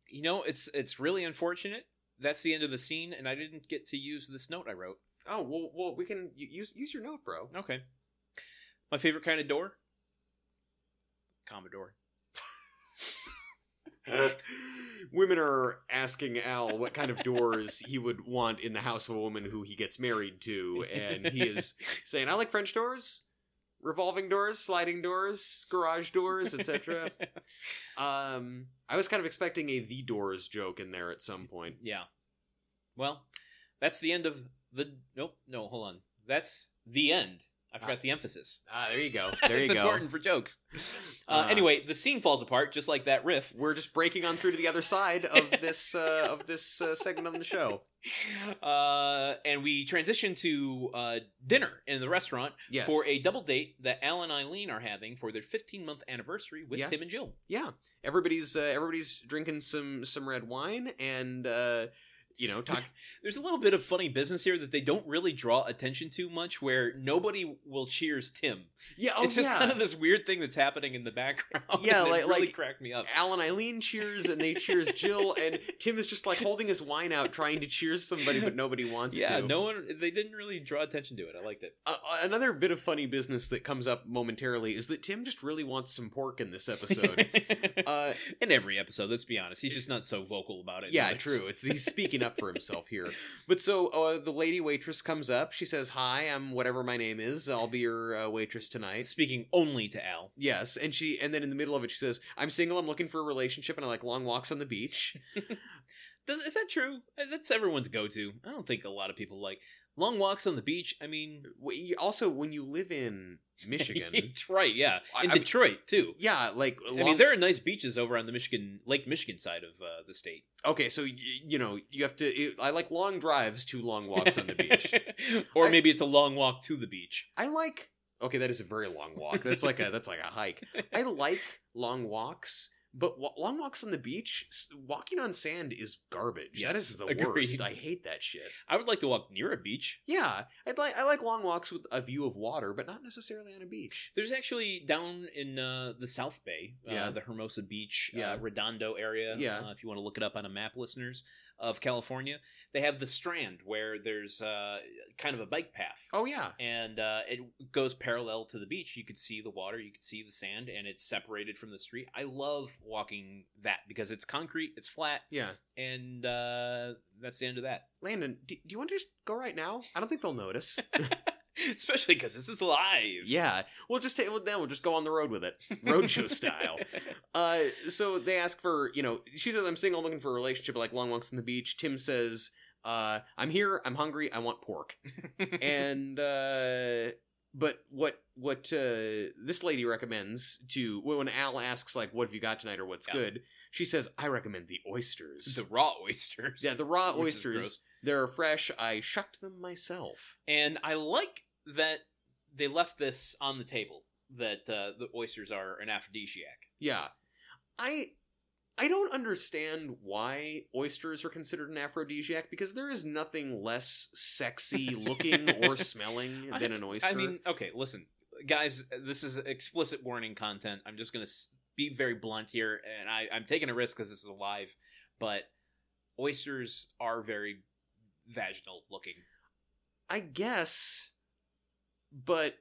Speaker 2: you know it's it's really unfortunate. That's the end of the scene, and I didn't get to use this note I wrote.
Speaker 1: Oh well, well, we can u- use use your note, bro.
Speaker 2: Okay. My favorite kind of door? Commodore.
Speaker 1: Women are asking Al what kind of doors he would want in the house of a woman who he gets married to, and he is saying, "I like French doors, revolving doors, sliding doors, garage doors, etc." Um, I was kind of expecting a "the doors" joke in there at some point.
Speaker 2: yeah. Well, that's the end of the. Nope. No, hold on. That's the end. I forgot the emphasis.
Speaker 1: Ah, there you go. There
Speaker 2: it's
Speaker 1: you go.
Speaker 2: important for jokes. Uh,
Speaker 1: Uh,
Speaker 2: anyway, the scene falls apart just like that riff.
Speaker 1: We're just breaking on through to the other side of this uh, of this uh, segment on the show.
Speaker 2: Uh, and we transition to uh, dinner in the restaurant
Speaker 1: Yes.
Speaker 2: for a double date that Al and Eileen are having for their 15 month anniversary with
Speaker 1: Yeah.
Speaker 2: Tim and Jill.
Speaker 1: yeah everybody's uh, everybody's drinking some some red wine and uh you know talk
Speaker 2: There's a little bit of funny business here that they don't really draw attention to much, where nobody will cheers Tim.
Speaker 1: yeah oh
Speaker 2: it's just
Speaker 1: yeah
Speaker 2: kind of this weird thing that's happening in the background.
Speaker 1: Yeah,
Speaker 2: and it
Speaker 1: like-
Speaker 2: really
Speaker 1: like-
Speaker 2: cracked me up.
Speaker 1: Al and Eileen cheers, and they cheers Jill, and Tim is just like holding his wine out, trying to cheers somebody, but nobody wants
Speaker 2: Yeah,
Speaker 1: to.
Speaker 2: no one. They didn't really draw attention to it. I liked it.
Speaker 1: Uh, uh, another bit of funny business that comes up momentarily is that Tim just really wants some pork in this episode. uh,
Speaker 2: in every episode, let's be honest, he's just not so vocal about it. in
Speaker 1: Yeah,
Speaker 2: others.
Speaker 1: true. It's he's speaking up for himself here. But so uh, the lady waitress comes up. She says, "Hi, I'm whatever my name is. I'll be your uh, waitress tonight."
Speaker 2: Speaking only to Al.
Speaker 1: Yes, and she and then in the middle of it she says, "I'm single. I'm looking for a relationship, and I like long walks on the beach."
Speaker 2: Does, is that true? Uh, That's everyone's go-to. I don't think a lot of people like long walks on the beach. I mean,
Speaker 1: Wait, you- also, when you live in Michigan,
Speaker 2: it's right. Yeah,
Speaker 1: I-
Speaker 2: in
Speaker 1: I mean-
Speaker 2: Detroit too.
Speaker 1: yeah, like
Speaker 2: I mean,
Speaker 1: long-
Speaker 2: there are nice beaches over on the Michigan Lake Michigan side of uh, the state.
Speaker 1: okay, so y- you know you have to. It, I like long drives to long walks on the beach.
Speaker 2: or
Speaker 1: I-
Speaker 2: maybe it's a long walk to the beach.
Speaker 1: I like. Okay, that is a very long walk. That's like a that's like a hike. I like long walks, But wa- long walks on the beach, s- walking on sand is garbage. that
Speaker 2: Yes,
Speaker 1: is the
Speaker 2: agreed.
Speaker 1: worst. I hate that shit.
Speaker 2: I would like to walk near a beach.
Speaker 1: Yeah, I'd like I like long walks with a view of water, but not necessarily on a beach.
Speaker 2: There's actually down in uh, the South Bay, uh,
Speaker 1: Yeah.
Speaker 2: the Hermosa Beach,
Speaker 1: Yeah.
Speaker 2: uh, Redondo area.
Speaker 1: Yeah.
Speaker 2: uh, if you want to look it up on a map, listeners of California, they have the Strand where there's uh, kind of a bike path.
Speaker 1: Oh yeah,
Speaker 2: And uh, it goes parallel to the beach. You could see the water, you could see the sand, and it's separated from the street. I love walking that because it's concrete, it's flat,
Speaker 1: yeah.
Speaker 2: and uh, that's the end of that.
Speaker 1: Landon, do, do you want to just go right now? I don't think they'll notice.
Speaker 2: Especially because this is live.
Speaker 1: yeah, we'll just take. Well, then we'll just go on the road with it, roadshow style. Uh, so they ask for you know she says I'm single, I'm looking for a relationship, I like long walks on the beach. Tim says, uh, I'm here, I'm hungry, I want pork. and uh, but what what uh, this lady recommends to well, when Al asks like what have you got tonight or what's
Speaker 2: Yeah.
Speaker 1: good, she says I recommend the oysters.
Speaker 2: the raw oysters.
Speaker 1: yeah, the raw
Speaker 2: Which is
Speaker 1: oysters.
Speaker 2: gross.
Speaker 1: They're fresh. I shucked them myself.
Speaker 2: And I like that they left this on the table that uh, the oysters are an aphrodisiac.
Speaker 1: Yeah. I I don't understand why oysters are considered an aphrodisiac because there is nothing less sexy looking or smelling
Speaker 2: I-
Speaker 1: than an oyster.
Speaker 2: I mean, okay, listen, guys, this is explicit warning content. I'm just going to be very blunt here, and I, I'm taking a risk because this is live, but oysters are very vaginal looking.
Speaker 1: I guess but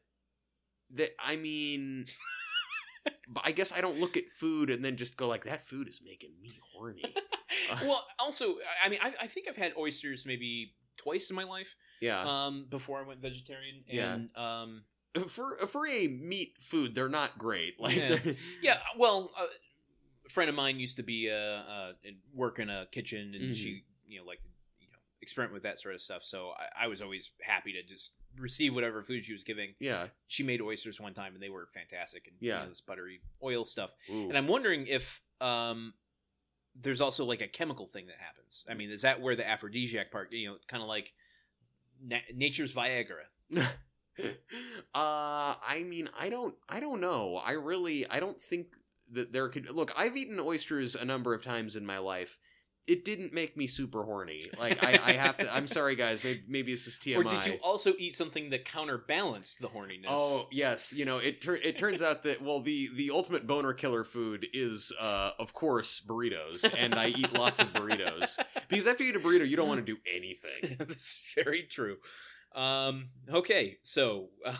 Speaker 1: that I mean but I guess I don't look at food and then just go like that food is making me horny.
Speaker 2: well, also, I- I mean, I, I think I've had oysters maybe twice in my life
Speaker 1: Uh, Yeah.
Speaker 2: um, before I went vegetarian,
Speaker 1: Yeah.
Speaker 2: and um,
Speaker 1: for for a meat food, they're not great. Like
Speaker 2: Yeah.
Speaker 1: they're-
Speaker 2: Yeah, well, uh, a friend of mine used to be uh, uh in- work in a kitchen, and
Speaker 1: Mhm.
Speaker 2: she you know liked to you know experiment with that sort of stuff. So I, I was always happy to just receive whatever food she was giving.
Speaker 1: yeah.
Speaker 2: She made oysters one time, and they were fantastic, and
Speaker 1: Yeah.
Speaker 2: you know, this buttery oil stuff.
Speaker 1: Ooh.
Speaker 2: And I'm wondering if um there's also like a chemical thing that happens. I mean, is that where the aphrodisiac part? You know, kind of like na- nature's Viagra.
Speaker 1: uh i mean i don't i don't know i really i don't think that there could look i've eaten oysters a number of times in my life it didn't make me super horny like i, I have to i'm sorry guys maybe, maybe it's just tmi
Speaker 2: Or did you also eat something that counterbalanced the horniness?
Speaker 1: Oh yes, you know it. Tur- it turns out that well, the the ultimate boner killer food is, uh, of course, burritos, and I eat lots of burritos because after you eat a burrito, you don't want to do anything.
Speaker 2: That's very true. Um, okay, so uh,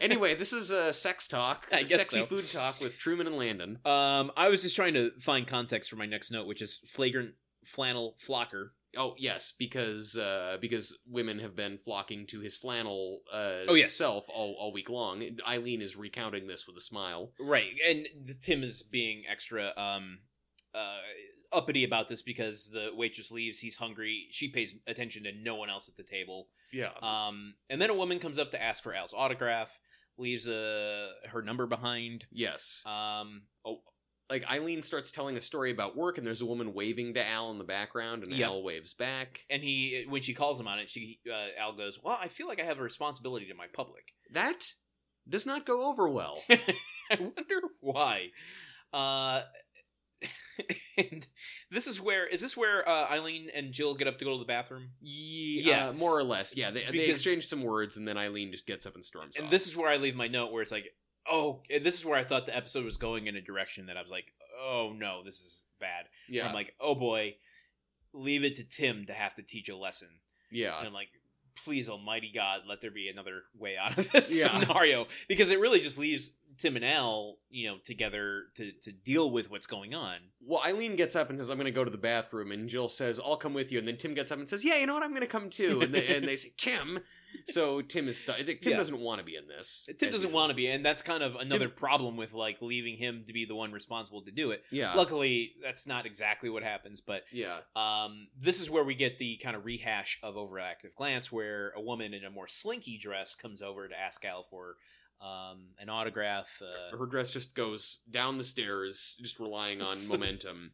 Speaker 1: Anyway, this is uh, sex talk,
Speaker 2: I guess
Speaker 1: sexy
Speaker 2: so.
Speaker 1: food talk with Truman and Landon.
Speaker 2: um, I was just trying to find context for my next note, which is flagrant flannel flocker.
Speaker 1: Oh yes, because uh, because women have been flocking to his flannel uh,
Speaker 2: Oh, yes.
Speaker 1: self all, all week long. Eileen is recounting this with a smile.
Speaker 2: Right, and Tim is being extra um, uh, uppity about this because the waitress leaves. He's hungry. She pays attention to no one else at the table.
Speaker 1: Yeah,
Speaker 2: Um, and then a woman comes up to ask for Al's autograph. Leaves uh, her number behind.
Speaker 1: yes. Uh,
Speaker 2: Um,
Speaker 1: like Eileen starts telling a story about work, and there's a woman waving to Al in the background, and
Speaker 2: Yep.
Speaker 1: Al waves back.
Speaker 2: and he, when she calls him on it, she uh, Al goes, "Well, I feel like I have a responsibility to my public."
Speaker 1: That does not go over well.
Speaker 2: I wonder why. Uh, and this is where is this where uh, Eileen and Jill get up to go to the bathroom? Uh,
Speaker 1: yeah,
Speaker 2: Yeah.
Speaker 1: uh, more or less. Yeah, they, they
Speaker 2: Because-
Speaker 1: exchange some words, and then Eileen just gets up and storms
Speaker 2: And
Speaker 1: off.
Speaker 2: this is where I leave my note where it's like, oh, and this is where I thought the episode was going in a direction that I was like, oh no, this is bad.
Speaker 1: yeah,
Speaker 2: I'm like, oh boy, leave it to Tim to have to teach a lesson.
Speaker 1: yeah.
Speaker 2: And I'm like, please, Almighty God, let there be another way out of this
Speaker 1: Yeah.
Speaker 2: scenario because it really just leaves Tim and Al, you know, together to to deal with what's going on.
Speaker 1: Well, Eileen gets up and says, "I'm going to go to the bathroom," and Jill says, "I'll come with you." And then Tim gets up and says, "Yeah, you know what? I'm going to come too." And they, and they say, "Tim." So Tim is stuck. Tim
Speaker 2: Yeah.
Speaker 1: doesn't want to be in this.
Speaker 2: Tim doesn't want to be, and that's kind of another problem with like leaving him to be the one responsible to do it.
Speaker 1: to. Yeah.
Speaker 2: Luckily, that's not exactly what happens, but
Speaker 1: yeah.
Speaker 2: um, this is where we get the kind of rehash of overactive glance, where a woman in a more slinky dress comes over to ask Al for um, an autograph. Uh,
Speaker 1: Her dress just goes down the stairs, just relying on momentum.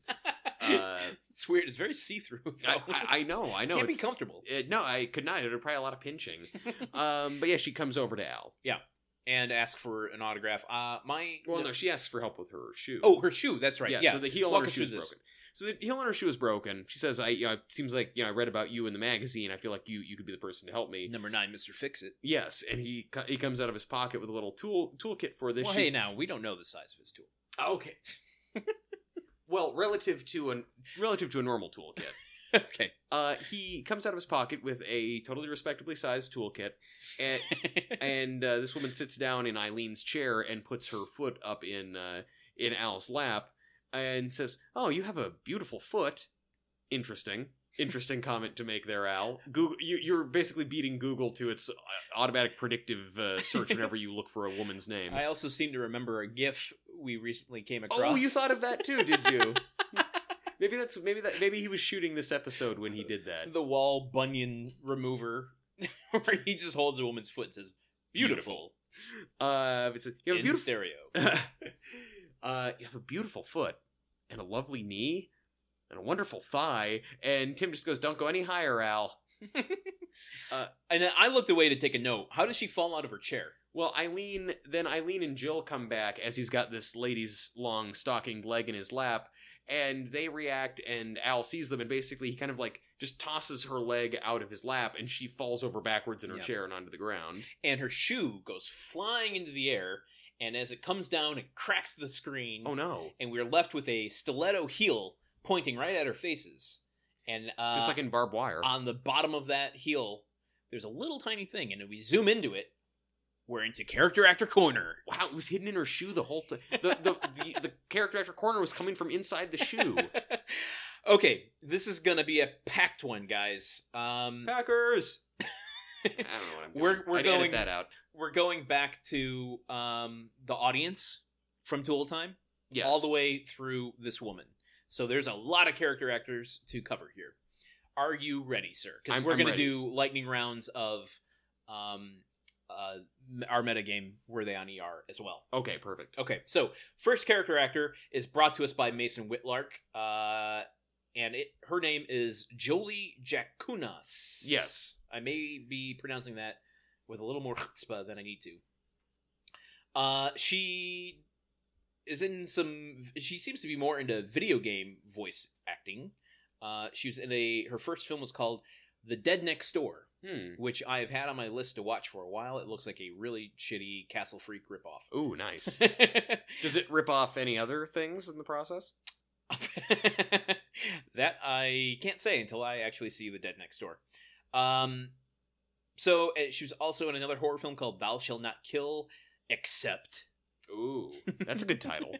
Speaker 1: Uh,
Speaker 2: it's weird. It's very see through.
Speaker 1: I, I, I know. I know.
Speaker 2: Can't be
Speaker 1: it's-
Speaker 2: comfortable.
Speaker 1: it, no, I could not. It would probably a lot of pinching. um, but yeah, she comes over to Al.
Speaker 2: Yeah. and ask for an autograph. Uh, my
Speaker 1: Well, no, she asks for help with her shoe.
Speaker 2: oh, her shoe. That's right.
Speaker 1: Yeah,
Speaker 2: Yeah.
Speaker 1: so the heel
Speaker 2: Walk
Speaker 1: on her
Speaker 2: us
Speaker 1: shoe
Speaker 2: through
Speaker 1: is
Speaker 2: this.
Speaker 1: broken. So the heel on her shoe is broken. She says, "I, you know, it seems like you know, I read about you in the magazine. I feel like you, you could be the person to help me."
Speaker 2: Number nine, Mister Fix It.
Speaker 1: Yes, and he co- he comes out of his pocket with a little tool toolkit for this.
Speaker 2: Well,
Speaker 1: She's- Oh,
Speaker 2: hey, now we don't know the size of his tool.
Speaker 1: okay. well, relative to an relative to a normal toolkit,
Speaker 2: okay.
Speaker 1: uh, he comes out of his pocket with a totally respectably sized toolkit, and and uh, this woman sits down in Eileen's chair and puts her foot up in uh, in Al's lap and says, "Oh, you have a beautiful foot." Interesting. Interesting comment to make there, Al. Google, you, you're basically beating Google to its uh, automatic predictive uh, search whenever you look for a woman's name.
Speaker 2: I also seem to remember a GIF we recently came across.
Speaker 1: Oh, you thought of that too, did you? maybe that's maybe that maybe he was shooting this episode when he did that.
Speaker 2: the wall bunion remover, where he just holds a woman's foot and says, "Beautiful."
Speaker 1: Uh, it's a, you have a
Speaker 2: in
Speaker 1: beautiful
Speaker 2: stereo.
Speaker 1: uh, you have a beautiful foot and a lovely knee and a wonderful thigh. And Tim just goes, "Don't go any higher, Al."
Speaker 2: And I looked away to take a note. How does she fall out of her chair?
Speaker 1: Well, Eileen, then Eileen and Jill come back as he's got this lady's long stockinged leg in his lap, and they react. And Al sees them, and basically he kind of like just tosses her leg out of his lap, and she falls over backwards in her
Speaker 2: Yeah.
Speaker 1: chair and onto the ground.
Speaker 2: And her shoe goes flying into the air. And as it comes down, it cracks the screen.
Speaker 1: Oh no!
Speaker 2: And we're left with a stiletto heel pointing right at our faces. And uh,
Speaker 1: Just like in barbed wire.
Speaker 2: on the bottom of that heel, there's a little tiny thing. And if we zoom into it, we're into character actor corner.
Speaker 1: Wow, it was hidden in her shoe the whole time. The, the, the, the character actor corner was coming from inside the shoe.
Speaker 2: okay, this is going to be a packed one, guys. Um,
Speaker 1: Packers. Mm. I don't know what I'm doing.
Speaker 2: We're- we're
Speaker 1: I'd edit
Speaker 2: going-
Speaker 1: that out.
Speaker 2: we're going back to um, the audience from Tool Time.
Speaker 1: Yes.
Speaker 2: all the way through this woman. So there's a lot of character actors to cover here. Are you ready, sir? Because
Speaker 1: I'm-
Speaker 2: we're
Speaker 1: I'm
Speaker 2: going to
Speaker 1: ready.
Speaker 2: do lightning rounds of um, uh, our metagame, Were They on ER, as well.
Speaker 1: Okay, perfect.
Speaker 2: Okay, so first character actor is brought to us by Mason Whitlark, uh, and it, her name is Jolie Jacunas.
Speaker 1: Yes.
Speaker 2: I may be pronouncing that with a little more chutzpah than I need to. Uh, she is in some. She seems to be more into video game voice acting. Uh, she was in a. Her first film was called The Dead Next Door,
Speaker 1: Hmm.
Speaker 2: which I have had on my list to watch for a while. It looks like a really shitty Castle Freak ripoff.
Speaker 1: Ooh, nice. Does it rip off any other things in the process?
Speaker 2: that I can't say until I actually see the dead next door. Um, so uh, she was also in another horror film called Thou Shall Not Kill, except.
Speaker 1: Ooh, that's a good title.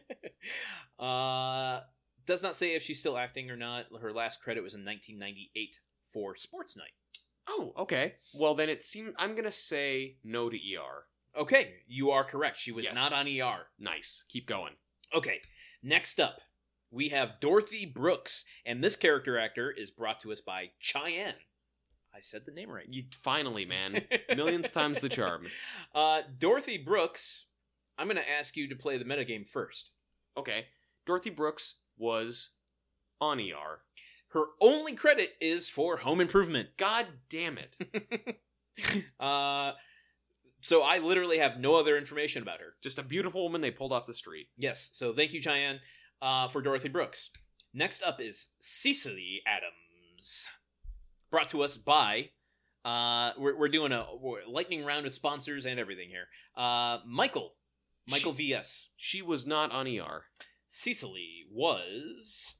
Speaker 2: uh, does not say if she's still acting or not. Her last credit was in 1998 for Sports Night.
Speaker 1: Oh, okay. Well, then it seems I'm gonna say no to ER.
Speaker 2: Okay, you are correct. She was
Speaker 1: Yes.
Speaker 2: not on ER.
Speaker 1: Nice. Keep going.
Speaker 2: Okay, next up, we have Dorothy Brooks, and this character actor is brought to us by Cheyenne. I said the name right.
Speaker 1: You finally, man. Millionth times the charm.
Speaker 2: Uh, Dorothy Brooks, I'm going to ask you to play the metagame first.
Speaker 1: Okay. Dorothy Brooks was on ER.
Speaker 2: Her only credit is for Home Improvement.
Speaker 1: God damn it.
Speaker 2: Uh, so I literally have no other information about her.
Speaker 1: Just a beautiful woman they pulled off the street.
Speaker 2: Yes, so thank you, Cheyenne, uh, for Dorothy Brooks. Next up is Cecily Adams, brought to us by. Uh, we're, we're doing a we're- lightning round of sponsors and everything here. Uh, Michael, Michael VS.
Speaker 1: She was not on ER.
Speaker 2: Cecily was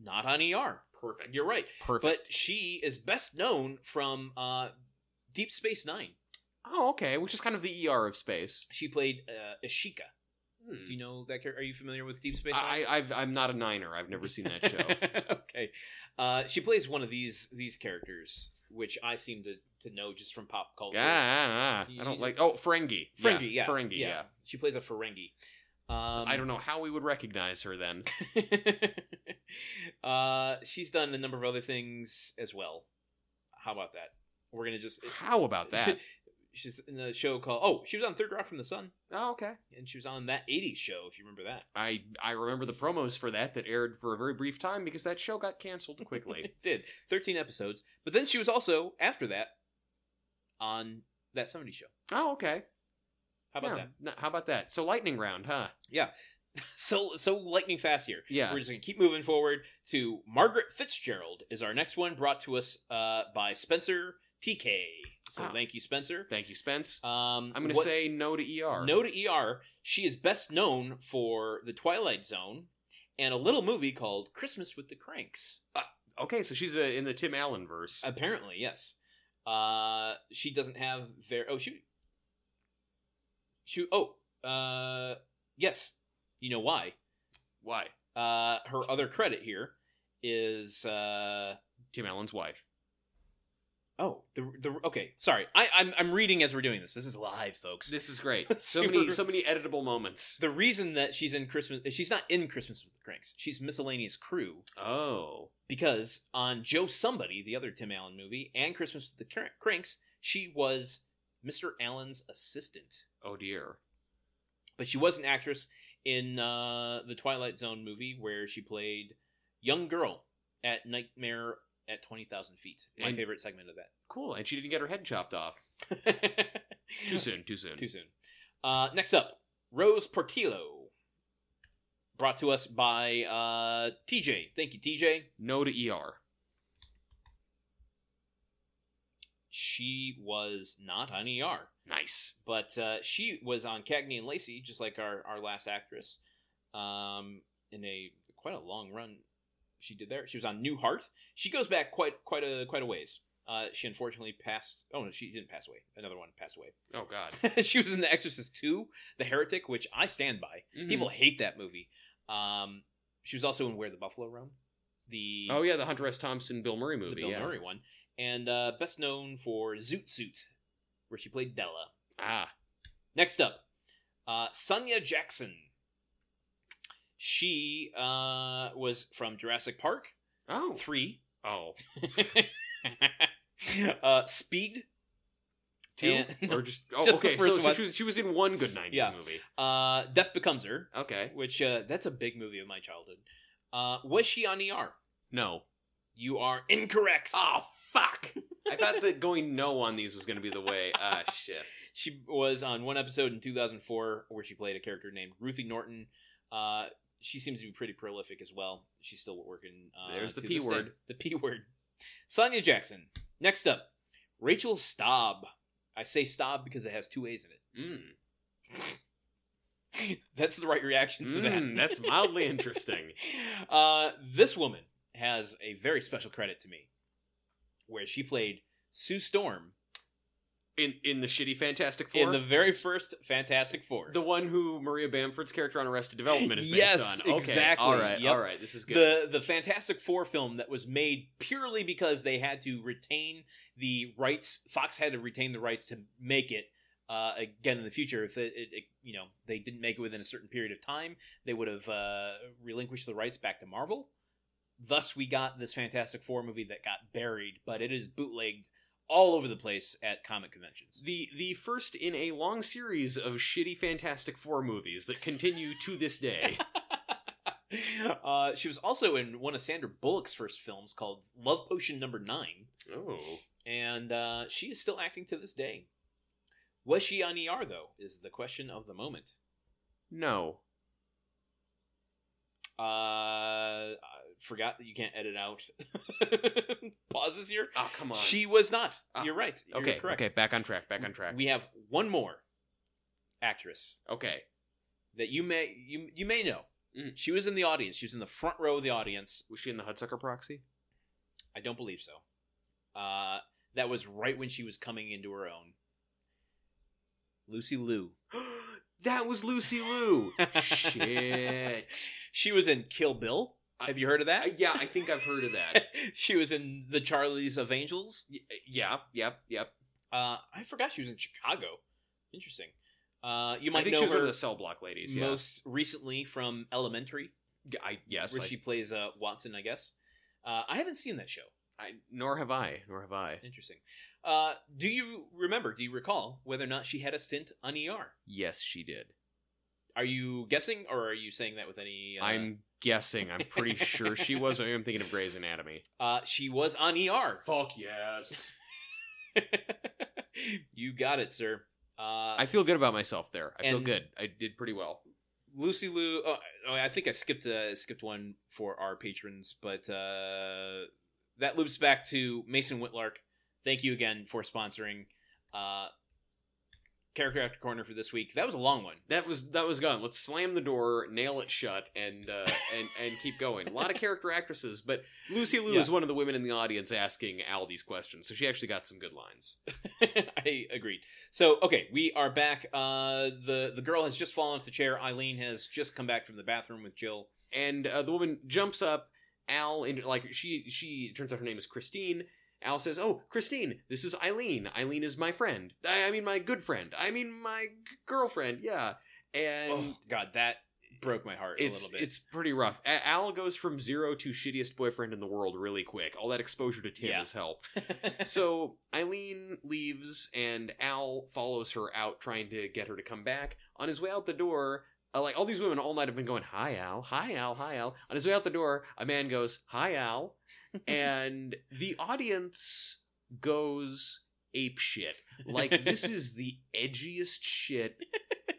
Speaker 2: not on ER.
Speaker 1: Perfect.
Speaker 2: You're right.
Speaker 1: Perfect.
Speaker 2: But she is best known from uh, Deep Space Nine.
Speaker 1: oh, okay. Which is kind of the ER of space.
Speaker 2: She played uh, Ashika.
Speaker 1: Hmm.
Speaker 2: Do you know that character? Are you familiar with Deep Space Nine?
Speaker 1: I, I've, I'm not a niner. I've never seen that show.
Speaker 2: okay. Uh, she plays one of these these characters, which I seem to, to know just from pop culture.
Speaker 1: yeah, I don't like. Oh, Ferengi.
Speaker 2: Ferengi, yeah.
Speaker 1: Ferengi. Yeah.
Speaker 2: She plays a Ferengi. Um,
Speaker 1: I don't know how we would recognize her then.
Speaker 2: uh, she's done a number of other things as well. How about that? We're gonna just.
Speaker 1: How about that?
Speaker 2: she's in a show called. Oh, she was on Third Rock from the Sun,
Speaker 1: oh, okay.
Speaker 2: and she was on that '80s show. If you remember that,
Speaker 1: I I remember the promos for that that aired for a very brief time because that show got canceled quickly.
Speaker 2: it did 13 episodes. But then she was also after that on that '70s show.
Speaker 1: Oh, okay.
Speaker 2: How about
Speaker 1: Yeah. No, how about that? So lightning round, huh?
Speaker 2: that? So so lightning fast here.
Speaker 1: Yeah.
Speaker 2: We're just gonna keep moving forward to Margaret Fitzgerald is our next one, brought to us uh, by Spencer TK. So
Speaker 1: Ah.
Speaker 2: thank you, Spencer.
Speaker 1: Thank you, Spence.
Speaker 2: Um,
Speaker 1: I'm gonna
Speaker 2: what-
Speaker 1: say no to ER.
Speaker 2: no to ER. She is best known for The Twilight Zone and a little movie called Christmas with the Cranks.
Speaker 1: Okay, so she's uh in the Tim Allen verse.
Speaker 2: Apparently, yes. Uh, she doesn't have very. Oh shoot. Shoot. Oh. Uh, yes. You know why?
Speaker 1: Why?
Speaker 2: Uh, her other credit here is uh.
Speaker 1: Tim Allen's wife.
Speaker 2: Oh, the the okay. Sorry, I, I'm I'm reading as we're doing this. This is live, folks.
Speaker 1: This is great. So
Speaker 2: Super-
Speaker 1: many, so many editable moments.
Speaker 2: the reason that she's in Christmas, she's not in Christmas with the Cranks. She's miscellaneous crew
Speaker 1: Oh,
Speaker 2: because on Joe Somebody, the other Tim Allen movie, and Christmas with the Cr- Cranks, she was Mr. Allen's assistant,
Speaker 1: oh dear.
Speaker 2: but she was an actress in uh, the Twilight Zone movie where she played young girl at Nightmare at Twenty Thousand Feet. My
Speaker 1: And-
Speaker 2: favorite segment of
Speaker 1: Cool. And she didn't get her head chopped off.
Speaker 2: that.
Speaker 1: Too soon. Too soon.
Speaker 2: Too soon. Uh, next up, Rose Portillo, brought to us by uh, TJ. Thank you, TJ.
Speaker 1: No to ER.
Speaker 2: She was not on ER,
Speaker 1: Nice.
Speaker 2: but uh, she was on Cagney and Lacey, just like our, our last actress. Um, in a quite a long run, she did there. She was on New Heart. She goes back quite quite a quite a ways. Uh, she unfortunately passed. Oh no, she didn't pass away. Another one passed away.
Speaker 1: Oh God.
Speaker 2: she was in The Exorcist 2, The Heretic, which I stand by.
Speaker 1: Mhm.
Speaker 2: People hate that movie. Um, she was also in Where the Buffalo Roam, the
Speaker 1: Oh yeah, the Hunter S. Thompson Bill Murray
Speaker 2: the
Speaker 1: movie.
Speaker 2: Bill
Speaker 1: yeah.
Speaker 2: Murray one, and uh, best known for Zoot Suit, where she played Della.
Speaker 1: Ah.
Speaker 2: Next up, uh, Sonia Jackson. She uh, was from Jurassic Park
Speaker 1: Oh.
Speaker 2: three,
Speaker 1: Oh.
Speaker 2: uh, Speed,
Speaker 1: Two
Speaker 2: And-
Speaker 1: or just oh
Speaker 2: Just the
Speaker 1: okay. So,
Speaker 2: first
Speaker 1: so
Speaker 2: one.
Speaker 1: she was she was in one good nineties
Speaker 2: Yeah.
Speaker 1: movie.
Speaker 2: uh, Death Becomes Her,
Speaker 1: Okay.
Speaker 2: which uh, that's a big movie of my childhood. Uh, was she on ER?
Speaker 1: No.
Speaker 2: You are incorrect.
Speaker 1: Oh fuck. I thought that going no on these was going to be the way. Ah shit.
Speaker 2: She was on one episode in 2004 where she played a character named Ruthie Norton. Uh, she seems to be pretty prolific as well. She's still working. Uh,
Speaker 1: There's the
Speaker 2: to
Speaker 1: P
Speaker 2: this
Speaker 1: word.
Speaker 2: day. The P word. Sonia Jackson. Next up, Rachel Staub. I say Staub because it has two A's in
Speaker 1: Mm.
Speaker 2: it. That's the right reaction to
Speaker 1: Mm,
Speaker 2: that.
Speaker 1: that's mildly interesting.
Speaker 2: Uh, this woman has a very special credit to me where she played Sue Storm
Speaker 1: In in the shitty Fantastic Four.
Speaker 2: in the very first Fantastic Four.
Speaker 1: The one who Maria Bamford's character on Arrested Development is based
Speaker 2: Yes,
Speaker 1: on. Okay,
Speaker 2: exactly.
Speaker 1: All right,
Speaker 2: Yep.
Speaker 1: all right. This is good.
Speaker 2: the the Fantastic Four film that was made purely because they had to retain the rights. Fox had to retain the rights to make it uh, again in the future. If it, it, it, you know they didn't make it within a certain period of time, they would have uh, relinquished the rights back to Marvel. Thus, we got this Fantastic Four movie that got buried, but it is bootlegged all over the place at comic conventions.
Speaker 1: the the first in a long series of shitty Fantastic Four movies that continue to this day.
Speaker 2: uh, she was also in one of Sandra Bullock's first films called Love Potion Number Nine.
Speaker 1: oh,
Speaker 2: and uh, she is still acting to this day. Was she on ER though? Is the question of the moment.
Speaker 1: no.
Speaker 2: Uh, I forgot that you can't edit out pauses here.
Speaker 1: Oh, come on.
Speaker 2: She was not.
Speaker 1: Ah,
Speaker 2: You're right. You're
Speaker 1: okay,
Speaker 2: correct.
Speaker 1: okay. Back on track. Back on track.
Speaker 2: We have one more actress
Speaker 1: okay.
Speaker 2: that you may you you may know.
Speaker 1: Mm.
Speaker 2: She was in the audience. She was in the front row of the audience.
Speaker 1: Was she in the Hudsucker Proxy?
Speaker 2: I don't believe so. Uh, that was right when she was coming into her own. Lucy Liu.
Speaker 1: that was Lucy Liu. Shit.
Speaker 2: She was in Kill Bill. Have you heard of that?
Speaker 1: I- Uh, yeah, I think I've heard of that.
Speaker 2: she was in The Charlies of Angels.
Speaker 1: Y- yeah, yep, yep.
Speaker 2: Uh, I forgot she was in Chicago. Interesting. Uh, you
Speaker 1: I
Speaker 2: might
Speaker 1: think she
Speaker 2: know
Speaker 1: was one
Speaker 2: her
Speaker 1: of the cell block ladies. Yeah.
Speaker 2: most recently from Elementary,
Speaker 1: Yeah, I, yes.
Speaker 2: where
Speaker 1: I,
Speaker 2: she plays uh, Watson, I guess. Uh, I haven't seen that show.
Speaker 1: I, nor have I. Nor have I.
Speaker 2: Interesting. Uh, do you remember? Do you recall whether or not she had a stint on ER?
Speaker 1: Yes, she did.
Speaker 2: Are you guessing, or are you saying that with any? Uh,
Speaker 1: I'm guessing. I'm pretty sure she was. Maybe I'm thinking of Grey's Anatomy.
Speaker 2: Uh, she was on ER.
Speaker 1: Fuck yes.
Speaker 2: you got it, sir. Uh,
Speaker 1: I feel good about myself there. I feel
Speaker 2: And-
Speaker 1: good. I did pretty well.
Speaker 2: Lucy Lou. Oh, oh, I think I skipped uh, skipped one for our patrons, but uh, that loops back to Mason Whitlark. Thank you again for sponsoring uh, Character Actor Corner for this week. That was a long one.
Speaker 1: That was that was gone. Let's slam the door, nail it shut, and uh, and and keep going. A lot of character actresses, but Lucy Liu
Speaker 2: Yeah.
Speaker 1: is one of the women in the audience asking Al these questions, so she actually got some good lines.
Speaker 2: I agreed. So okay, we are back. Uh, the the girl has just fallen off the chair. Eileen has just come back from the bathroom with Jill.
Speaker 1: And uh, the woman jumps up. Al and like she she it turns out her name is Christine. Al says, "Oh, Christine, this is Eileen. Eileen is my friend. I, I mean, my good friend. I mean, my g- girlfriend. Yeah." And
Speaker 2: oh God, that broke my heart a
Speaker 1: it's
Speaker 2: little bit.
Speaker 1: it's pretty rough. A- Al goes from zero to shittiest boyfriend in the world really quick. All that exposure to Tim
Speaker 2: Yeah.
Speaker 1: has helped. so Eileen leaves, and Al follows her out, trying to get her to come back. On his way out the door, uh, like all these women all night have been going, "Hi Al, hi Al, hi Al." On his way out the door, a man goes, "Hi Al," and the audience goes ape shit. Like this is the edgiest shit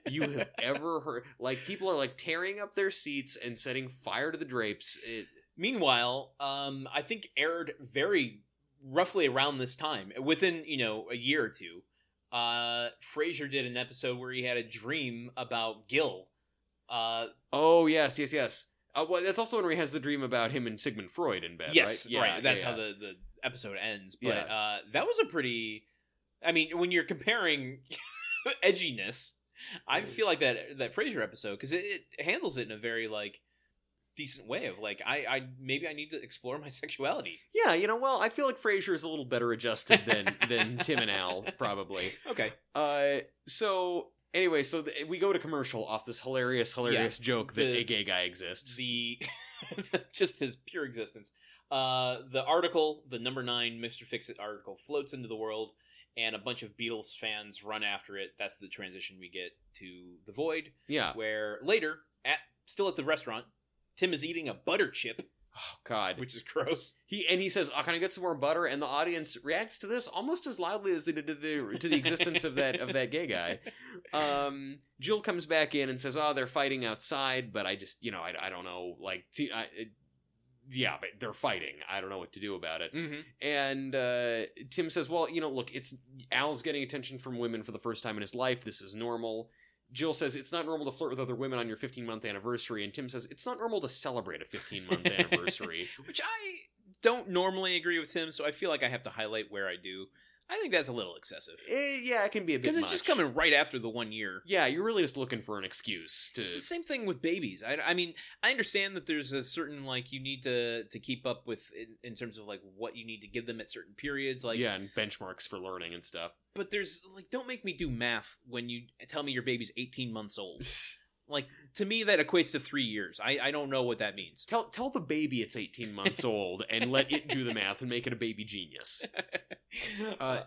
Speaker 1: you have ever heard. Like people are like tearing up their seats and setting fire to the drapes. It,
Speaker 2: Meanwhile, um, I think aired very roughly around this time, within you know a year or two. Uh, Frasier did an episode where he had a dream about Gil. Uh,
Speaker 1: oh yes, yes, yes. Uh, well, that's also when he has the dream about him and Sigmund Freud in bed.
Speaker 2: yes,
Speaker 1: right.
Speaker 2: right.
Speaker 1: Yeah, yeah,
Speaker 2: that's
Speaker 1: yeah.
Speaker 2: how the the episode ends. But
Speaker 1: Yeah.
Speaker 2: uh, that was a pretty. I mean, when you're comparing edginess, I
Speaker 1: Mm.
Speaker 2: feel like that that Frasier episode because it, it handles it in a very like decent way of like I I maybe I need to explore my sexuality.
Speaker 1: Yeah, you know, well, I feel like Frasier is a little better adjusted than than Tim and Al probably.
Speaker 2: Okay.
Speaker 1: Uh, so anyway, so th- we go to commercial off this hilarious, hilarious joke that
Speaker 2: the-
Speaker 1: a gay guy exists.
Speaker 2: the just his pure existence. Uh, the article, the number nine Mister Fix It article, floats into the world, and a bunch of Beatles fans run after it. That's the transition we get to the void,
Speaker 1: yeah.
Speaker 2: Uh, where later, at still at the restaurant, Tim is eating a butter chip,
Speaker 1: Oh God.
Speaker 2: which is gross.
Speaker 1: He and he says, "Oh, can I get some more butter?" And the audience reacts to this almost as loudly as they did to the to the existence of that of that gay guy. Um, Jill comes back in and says, "Oh, they're fighting outside, but I just, you know, I, I don't know, like, t- I, it, yeah, but they're fighting. I don't know what to do about it."
Speaker 2: Mm-hmm.
Speaker 1: And uh, Tim says, "Well, you know, look, it's Al's getting attention from women for the first time in his life. This is normal." Jill says, "It's not normal to flirt with other women on your 15 month anniversary." And Tim says, "It's not normal to celebrate a 15 month anniversary."
Speaker 2: Which I don't normally agree with Tim, so I feel like I have to highlight where I do. I think that's a little excessive
Speaker 1: Eh, yeah, it can be a bit
Speaker 2: because it's
Speaker 1: much.
Speaker 2: just coming right after the one year.
Speaker 1: Yeah, you're really just looking for an excuse to.
Speaker 2: It's the same thing with babies. I, I mean, I understand that there's a certain like you need to to keep up with in, in terms of like what you need to give them at certain periods. Like,
Speaker 1: yeah, and benchmarks for learning and stuff.
Speaker 2: But there's like, don't make me do math when you tell me your baby's 18 months old. Like to me, that equates to three years. I I don't know what that means.
Speaker 1: Tell tell the baby it's 18 months old and let it do the math and make it a baby genius. Uh,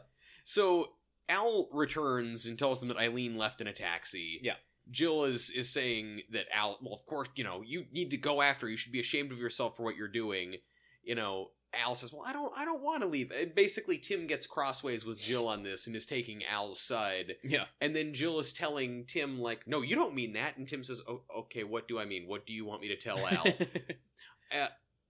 Speaker 1: so Al returns and tells them that Eileen left in a taxi.
Speaker 2: Yeah.
Speaker 1: Jill is is saying that Al. Well, of course, you know you need to go after. her. You should be ashamed of yourself for what you're doing. You know. Al says, "Well, I don't, I don't want to leave." And basically, Tim gets crossways with Jill on this and is taking Al's side.
Speaker 2: yeah,
Speaker 1: And then Jill is telling Tim, "Like, no, you don't mean that." And Tim says, oh, "Okay, what do I mean? What do you want me to
Speaker 2: uh,
Speaker 1: tell Al?"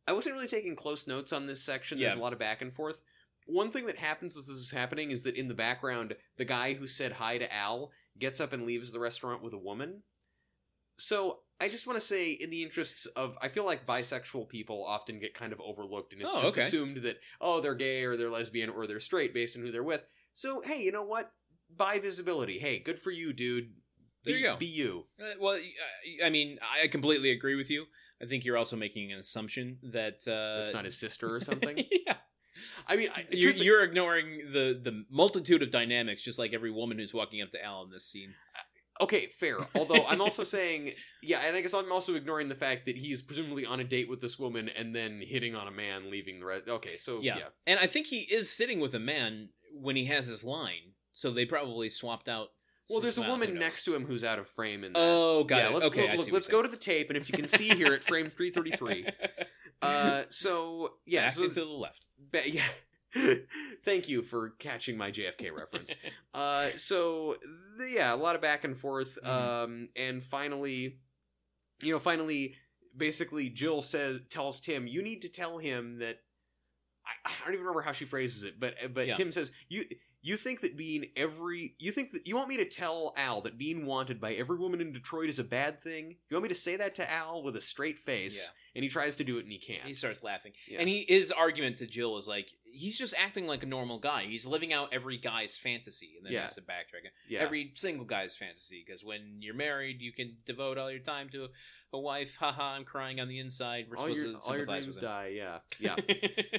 Speaker 1: I wasn't really taking close notes on this section. There's
Speaker 2: Yeah.
Speaker 1: a lot of back and forth. One thing that happens as this is happening is that in the background, the guy who said hi to Al gets up and leaves the restaurant with a woman. So I just want to say, in the interests of, I feel like bisexual people often get kind of overlooked, and it's
Speaker 2: Oh,
Speaker 1: just
Speaker 2: okay.
Speaker 1: assumed that oh they're gay or they're lesbian or they're straight based on who they're with. So hey, you know what? Bi visibility. Hey, good for you, dude.
Speaker 2: There
Speaker 1: be,
Speaker 2: you go.
Speaker 1: Be you.
Speaker 2: Uh, well, I- I mean, I completely agree with you. I think you're also making an assumption that uh,
Speaker 1: That's not his sister or something.
Speaker 2: yeah,
Speaker 1: I mean, I,
Speaker 2: you're,
Speaker 1: truthfully-
Speaker 2: you're ignoring the the multitude of dynamics, just like every woman who's walking up to Al in this scene.
Speaker 1: Okay, fair. Although I'm also saying, yeah, and I guess I'm also ignoring the fact that he's presumably on a date with this woman and then hitting on a man, leaving the rest. Okay, so yeah,
Speaker 2: Yeah. And I think he is sitting with a man when he has his line, so they probably swapped out.
Speaker 1: well, there's a
Speaker 2: Well, who
Speaker 1: woman
Speaker 2: knows?
Speaker 1: next to him who's out of frame, and
Speaker 2: Oh, got
Speaker 1: yeah,
Speaker 2: it.
Speaker 1: let's
Speaker 2: okay,
Speaker 1: look, look, let's go to the tape, and if you can see here at frame 333, uh, so yeah,
Speaker 2: Back
Speaker 1: so
Speaker 2: and to the left.
Speaker 1: ba- yeah, Thank you for catching my JFK reference. Uh, so th- yeah, a lot of back and forth.
Speaker 2: Mhm.
Speaker 1: Um, and finally, you know, finally, basically, Jill says tells Tim, "You need to tell him that." I, I don't even remember how she phrases it, but but
Speaker 2: Yeah.
Speaker 1: Tim says, "You you think that being every you think that you want me to tell Al that being wanted by every woman in Detroit is a bad thing? You want me to say that to Al with a straight face?"
Speaker 2: Yeah.
Speaker 1: And he tries to do it, and he can't.
Speaker 2: He starts laughing.
Speaker 1: Yeah.
Speaker 2: And he his argument to Jill is like he's just acting like a normal guy. He's living out every guy's fantasy, and then
Speaker 1: Yeah.
Speaker 2: has to backtrack.
Speaker 1: yeah.
Speaker 2: Every single guy's fantasy, because when you're married, you can devote all your time to a wife. Haha, I'm crying on the inside. We're
Speaker 1: all
Speaker 2: supposed
Speaker 1: your
Speaker 2: to
Speaker 1: all your
Speaker 2: sympathize
Speaker 1: dreams
Speaker 2: with him.
Speaker 1: die. Yeah,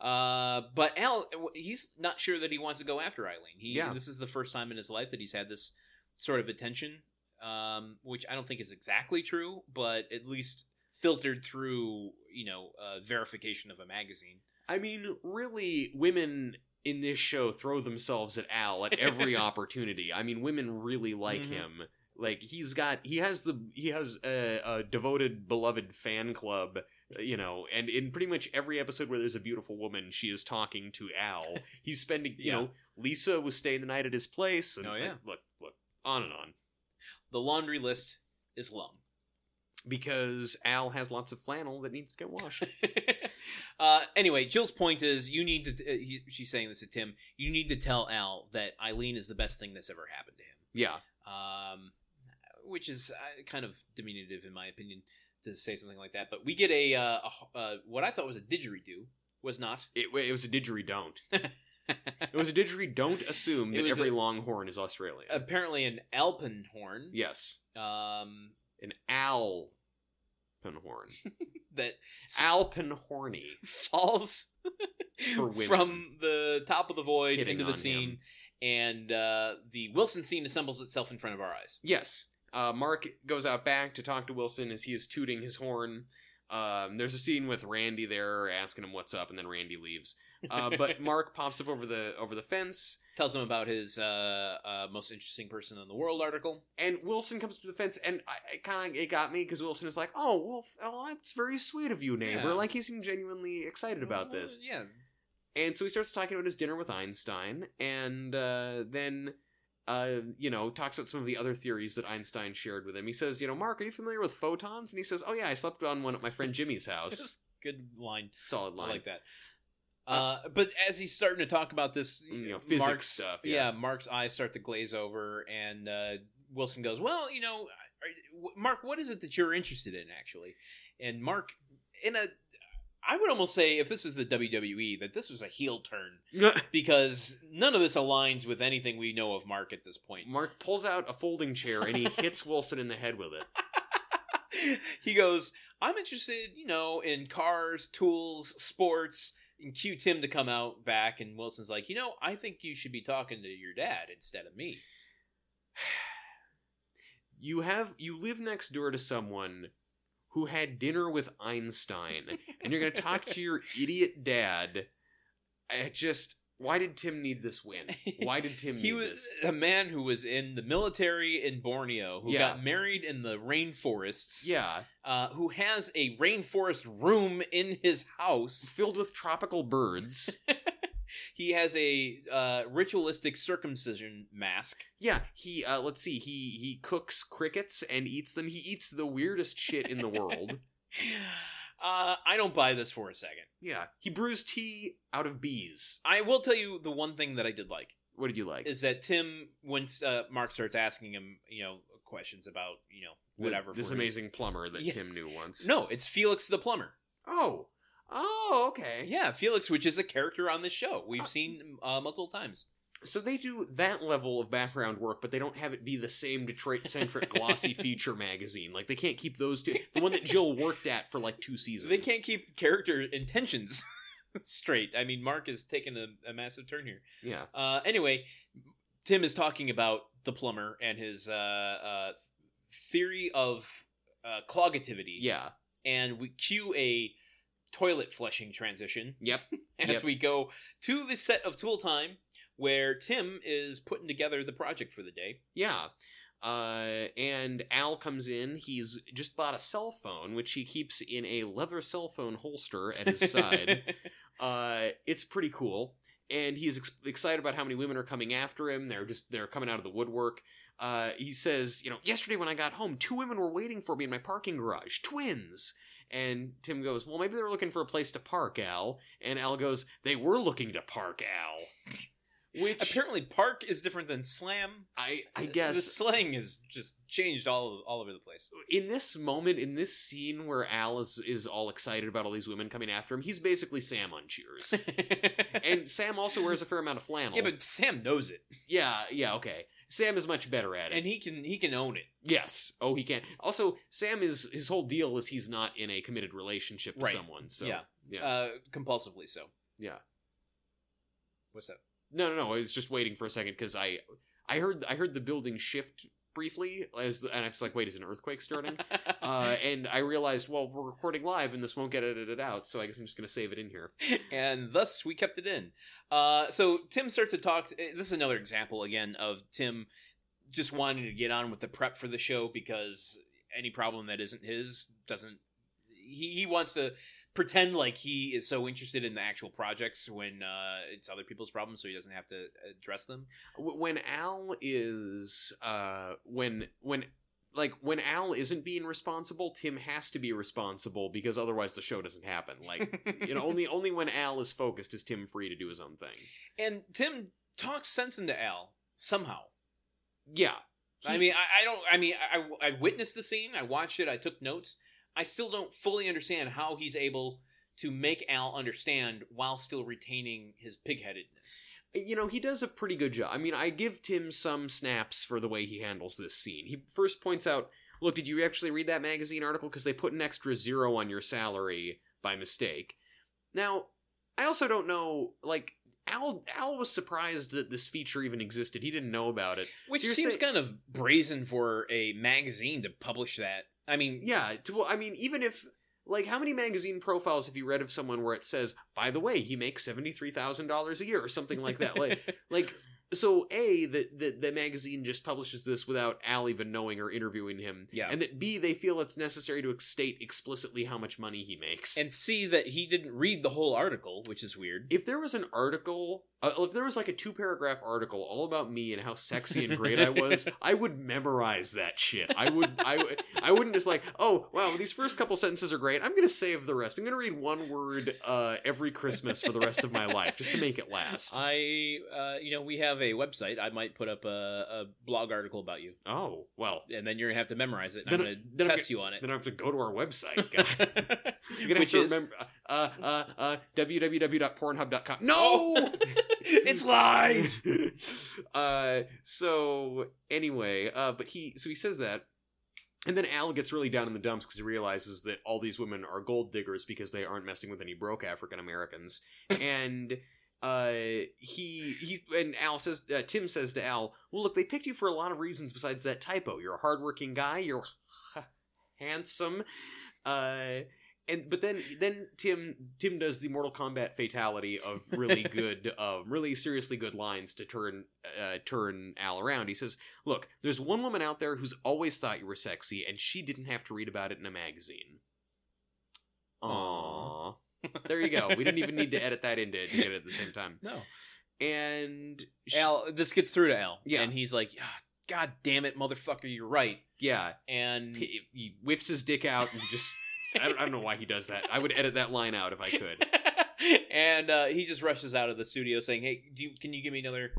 Speaker 1: yeah.
Speaker 2: uh, but Al, he's not sure that he wants to go after Eileen. He,
Speaker 1: Yeah.
Speaker 2: This is the first time in his life that he's had this sort of attention, um, which I don't think is exactly true, but at least filtered through, you know, uh, verification of a magazine.
Speaker 1: I mean, really, women in this show throw themselves at Al at every opportunity. I mean, women really like
Speaker 2: Mhm.
Speaker 1: him. Like he's got, he has the, he has a, a devoted, beloved fan club. uh, You know, and in pretty much every episode where there's a beautiful woman, she is talking to Al. He's spending, you
Speaker 2: Yeah.
Speaker 1: know, Lisa was staying the night at his place. And
Speaker 2: Oh, yeah.
Speaker 1: like, look, look, on and on.
Speaker 2: The laundry list is long.
Speaker 1: Because Al has lots of flannel that needs to get washed.
Speaker 2: uh, anyway, Jill's point is you need to. uh, he, she's saying this to Tim. You need to tell Al that Eileen is the best thing that's ever happened to him.
Speaker 1: yeah,
Speaker 2: um, which is uh, kind of diminutive in my opinion to say something like that. But we get a, uh, a h- uh, what I thought was a didgeridoo was not.
Speaker 1: it, it was a didgeridoo. It was a didgeridoo. Don't assume
Speaker 2: It
Speaker 1: that
Speaker 2: was
Speaker 1: every
Speaker 2: a-
Speaker 1: longhorn is Australian.
Speaker 2: Apparently, an alpenhorn.
Speaker 1: yes,
Speaker 2: Um,
Speaker 1: an owl. Horn.
Speaker 2: that
Speaker 1: Alpenhorny.
Speaker 2: falls
Speaker 1: For women.
Speaker 2: from the top of the void
Speaker 1: Hitting
Speaker 2: into the
Speaker 1: on
Speaker 2: scene,
Speaker 1: him.
Speaker 2: and uh, the Wilson scene assembles itself in front of our eyes.
Speaker 1: Yes. Uh, Mark goes out back to talk to Wilson as he is tooting his horn. Um, there's a scene with Randy there asking him what's up, and then Randy leaves. Uh, but Mark pops up over the over the fence,
Speaker 2: tells him about his uh, uh, most interesting person in the world article.
Speaker 1: and Wilson comes to the fence, and I, I kind of it got me because Wilson is like, "Oh, well, f- oh, that's very sweet of you, neighbor."
Speaker 2: Yeah.
Speaker 1: Like he seemed genuinely excited about
Speaker 2: Well,
Speaker 1: this.
Speaker 2: yeah,
Speaker 1: And so he starts talking about his dinner with Einstein, and uh, then, uh, you know, talks about some of the other theories that Einstein shared with him. He says, you know, Mark, are you familiar with photons? And he says, oh yeah, I slept on one at my friend Jimmy's house.
Speaker 2: good line.
Speaker 1: Solid
Speaker 2: I
Speaker 1: line.
Speaker 2: like that. Uh, but as he's starting to talk about this,
Speaker 1: You know, physics
Speaker 2: Mark's,
Speaker 1: stuff, yeah.
Speaker 2: Yeah. Mark's eyes start to glaze over, and uh, Wilson goes, "Well, you know, are, w- Mark, what is it that you're interested in actually?" And Mark, in a, I would almost say, if this was the WWE, that this was a heel turn because none of this aligns with anything we know of Mark at this point.
Speaker 1: Mark pulls out a folding chair and he hits Wilson in the head with it.
Speaker 2: he goes, I'm interested, you know, in cars, tools, sports, and cue Tim to come out back. And Wilson's like, you know, I think you should be talking to your dad instead of me.
Speaker 1: You have you live next door to someone who had dinner with Einstein, and you're going to talk to your idiot dad. I just why did Tim need this win? Why did Tim
Speaker 2: He
Speaker 1: need
Speaker 2: was
Speaker 1: this?
Speaker 2: a man who was in the military in Borneo, who
Speaker 1: Yeah.
Speaker 2: got married in the rainforests,
Speaker 1: Yeah,
Speaker 2: uh, who has a rainforest room in his house.
Speaker 1: filled with tropical birds.
Speaker 2: He has a uh, ritualistic circumcision mask.
Speaker 1: Yeah, he uh let's see, he he cooks crickets and eats them. He eats the weirdest shit in the world.
Speaker 2: Uh, I don't buy this for a second.
Speaker 1: Yeah. He brews tea out of bees.
Speaker 2: I will tell you the one thing that I did like
Speaker 1: What did you like?
Speaker 2: is that Tim, once uh, Mark starts asking him, you know, questions about, you know,
Speaker 1: The-
Speaker 2: whatever.
Speaker 1: This
Speaker 2: for his-
Speaker 1: amazing plumber that
Speaker 2: Yeah.
Speaker 1: Tim knew once.
Speaker 2: No, it's Felix the plumber.
Speaker 1: Oh. Oh, okay.
Speaker 2: Yeah, Felix, which is a character on this show. We've
Speaker 1: Oh.
Speaker 2: seen uh, multiple times.
Speaker 1: So they do that level of background work, but they don't have it be the same Detroit centric glossy feature magazine. Like they can't keep those two the one that Jill worked at for like two seasons.
Speaker 2: They can't keep character intentions straight. I mean, Mark is taking a, a massive turn here.
Speaker 1: Yeah.
Speaker 2: Uh, anyway, Tim is talking about the plumber and his uh, uh, theory of uh, clogativity.
Speaker 1: Yeah.
Speaker 2: and we cue a toilet flushing transition
Speaker 1: Yep.
Speaker 2: as
Speaker 1: Yep.
Speaker 2: we go to the set of tool time where tim is putting together the project for the day
Speaker 1: Yeah. Uh, and Al comes in. He's just bought a cell phone, which he keeps in a leather cell phone holster at his side. uh, it's pretty cool. And he's ex- excited about how many women are coming after him. They're just they're coming out of the woodwork. Uh, he says, you know, yesterday when I got home, two women were waiting for me in my parking garage, twins. And Tim goes, well, maybe they were looking for a place to park, Al. And Al goes, they were looking to park, Al. Which
Speaker 2: Apparently, park is different than slam.
Speaker 1: I I
Speaker 2: The-
Speaker 1: guess
Speaker 2: the slang has just changed all all over the place.
Speaker 1: in this moment, in this scene where Al is, is all excited about all these women coming after him, he's basically Sam on Cheers. and Sam also wears a fair amount of flannel.
Speaker 2: yeah, but Sam knows it,
Speaker 1: yeah, yeah, okay. Sam is much better at it.
Speaker 2: and he can he can own it.
Speaker 1: yes. Oh, he can. Also, Sam is his whole deal is he's not in a committed relationship to
Speaker 2: Right.
Speaker 1: someone. So
Speaker 2: Yeah. Uh, compulsively so.
Speaker 1: Yeah.
Speaker 2: What's up?
Speaker 1: no, no, no. I was just waiting for a second because I I heard I heard the building shift briefly as and I was like, wait, is an earthquake starting? uh, and I realized, well, we're recording live and this won't get edited out, so I guess I'm just gonna save it in here.
Speaker 2: and thus we kept it in. Uh, so Tim starts to talk. eh, This is another example again of Tim just wanting to get on with the prep for the show because any problem that isn't his doesn't. He, he wants to pretend like he is so interested in the actual projects when uh, it's other people's problems, so he doesn't have to address them.
Speaker 1: W- when Al is uh when when like when Al isn't being responsible, Tim has to be responsible because otherwise the show doesn't happen. Like you know, only only when Al is focused is Tim free to do his own thing.
Speaker 2: and Tim talks sense into Al somehow.
Speaker 1: Yeah.
Speaker 2: I
Speaker 1: He-
Speaker 2: mean, I, I don't. I mean, I, I witnessed the scene. I watched it. I took notes. I still don't fully understand how he's able to make Al understand while still retaining his pigheadedness.
Speaker 1: you know, he does a pretty good job. I mean, I give Tim some snaps for the way he handles this scene. He first points out, "Look, did you actually read that magazine article because they put an extra zero on your salary by mistake?" Now, I also don't know like Al Al was surprised that this feature even existed. He didn't know about it.
Speaker 2: Which
Speaker 1: So you're
Speaker 2: seems
Speaker 1: saying-
Speaker 2: kind of brazen for a magazine to publish that. I mean,
Speaker 1: Yeah, to, well, I mean, even if like how many magazine profiles have you read of someone where it says, "By the way, he makes $73,000 a year" or something like that? Like like so a that the, the magazine just publishes this without al even knowing or interviewing him
Speaker 2: Yeah.
Speaker 1: and that b they feel it's necessary to state explicitly how much money he makes
Speaker 2: and see that he didn't read the whole article, which is weird.
Speaker 1: if there was an article uh, if there was like a two paragraph article all about me and how sexy and great i was i would memorize that shit i would i would i wouldn't just like oh wow these first couple sentences are great i'm gonna save the rest i'm gonna read one word uh, every christmas for the rest of my life just to make it last
Speaker 2: I, uh, you know, we have a website. I might put up a, a blog article about you,
Speaker 1: oh well
Speaker 2: and then you're gonna have to memorize it. And
Speaker 1: Then-
Speaker 2: I'm gonna
Speaker 1: then I'm
Speaker 2: test you on it.
Speaker 1: then i have to go to our website God. You're gonna
Speaker 2: Which
Speaker 1: have to
Speaker 2: is
Speaker 1: remember uh, uh, uh, www.pornhub.com. No,
Speaker 2: it's live.
Speaker 1: uh, so anyway, uh, but he so he says that, and then Al gets really down in the dumps because he realizes that all these women are gold diggers because they aren't messing with any broke African Americans, and. Uh, he he and Al says uh, Tim says to Al, "Well, look, they picked you for a lot of reasons besides that typo. You're a hardworking guy. You're handsome. Uh, and but then then Tim Tim does the Mortal Kombat fatality of really good, um, really seriously good lines to turn uh, turn Al around. He says, "Look, there's one woman out there who's always thought you were sexy, and she didn't have to read about it in a magazine." Aww.
Speaker 2: Aw.
Speaker 1: there you go. We didn't even need to edit that into it to get it at the same time.
Speaker 2: No,
Speaker 1: And she-
Speaker 2: Al. This gets through to Al,
Speaker 1: Yeah.
Speaker 2: and he's like, "Ah, "God damn it, motherfucker, you're right."
Speaker 1: yeah,
Speaker 2: And
Speaker 1: he, he whips his dick out and just. I don't, I don't know why he does that. I would edit that line out if I could.
Speaker 2: and uh, he just rushes out of the studio saying, "Hey, do you, can you give me another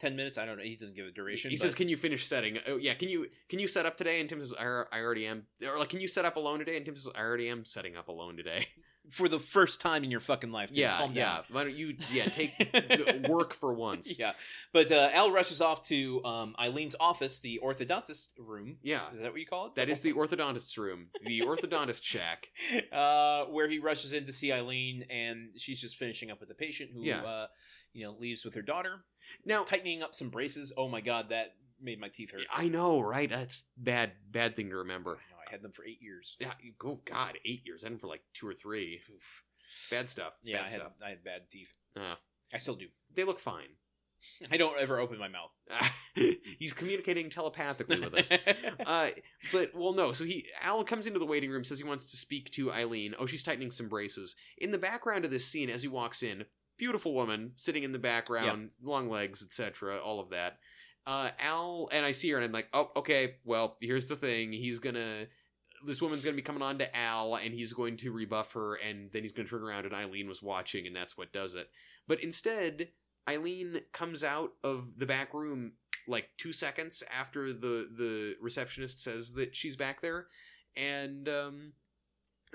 Speaker 2: ten minutes?" I don't know. He doesn't give a duration.
Speaker 1: He
Speaker 2: but-
Speaker 1: says, "Can you finish setting? Oh, yeah, can you can you set up today?" And Tim says, "I, I already am." Or like, "Can you set up alone today?" And Tim says, "I already am setting up alone today."
Speaker 2: "For the first time in your fucking life, dude,
Speaker 1: yeah,
Speaker 2: calm
Speaker 1: yeah.
Speaker 2: down."
Speaker 1: Why don't you yeah take the work for once?
Speaker 2: yeah. But uh, Al rushes off to um, Eileen's office, the orthodontist room.
Speaker 1: Yeah.
Speaker 2: Is that what you call it?
Speaker 1: That is the orthodontist's room, the orthodontist shack.
Speaker 2: uh, where he rushes in to see Eileen, and she's just finishing up with the patient who,
Speaker 1: Yeah.
Speaker 2: uh, you know, leaves with her daughter,
Speaker 1: Now
Speaker 2: tightening up some braces. Oh my god, that made my teeth hurt.
Speaker 1: I know, right? That's bad, bad thing to remember.
Speaker 2: I know, I had them for eight years.
Speaker 1: Yeah, you- oh God, eight years. I had him for like two or three.
Speaker 2: Oof.
Speaker 1: Bad stuff.
Speaker 2: Yeah, I
Speaker 1: bad
Speaker 2: had,
Speaker 1: stuff.
Speaker 2: I had bad teeth.
Speaker 1: Ah.
Speaker 2: I still do.
Speaker 1: They look fine.
Speaker 2: I don't ever open my mouth.
Speaker 1: He's communicating telepathically with us. Uh, but well, no. So he Al comes into the waiting room, says he wants to speak to Eileen. Oh, she's tightening some braces. In the background of this scene, as he walks in, beautiful woman sitting in the background, long legs, etc. All of that. Uh, Al and I see her, and I'm like, oh, okay. Well, here's the thing. He's gonna. This woman's gonna be coming on to Al, and he's going to rebuff her, and then he's gonna turn around, and Eileen was watching, and that's what does it. But instead, Eileen comes out of the back room like two seconds after the the receptionist says that she's back there, and um,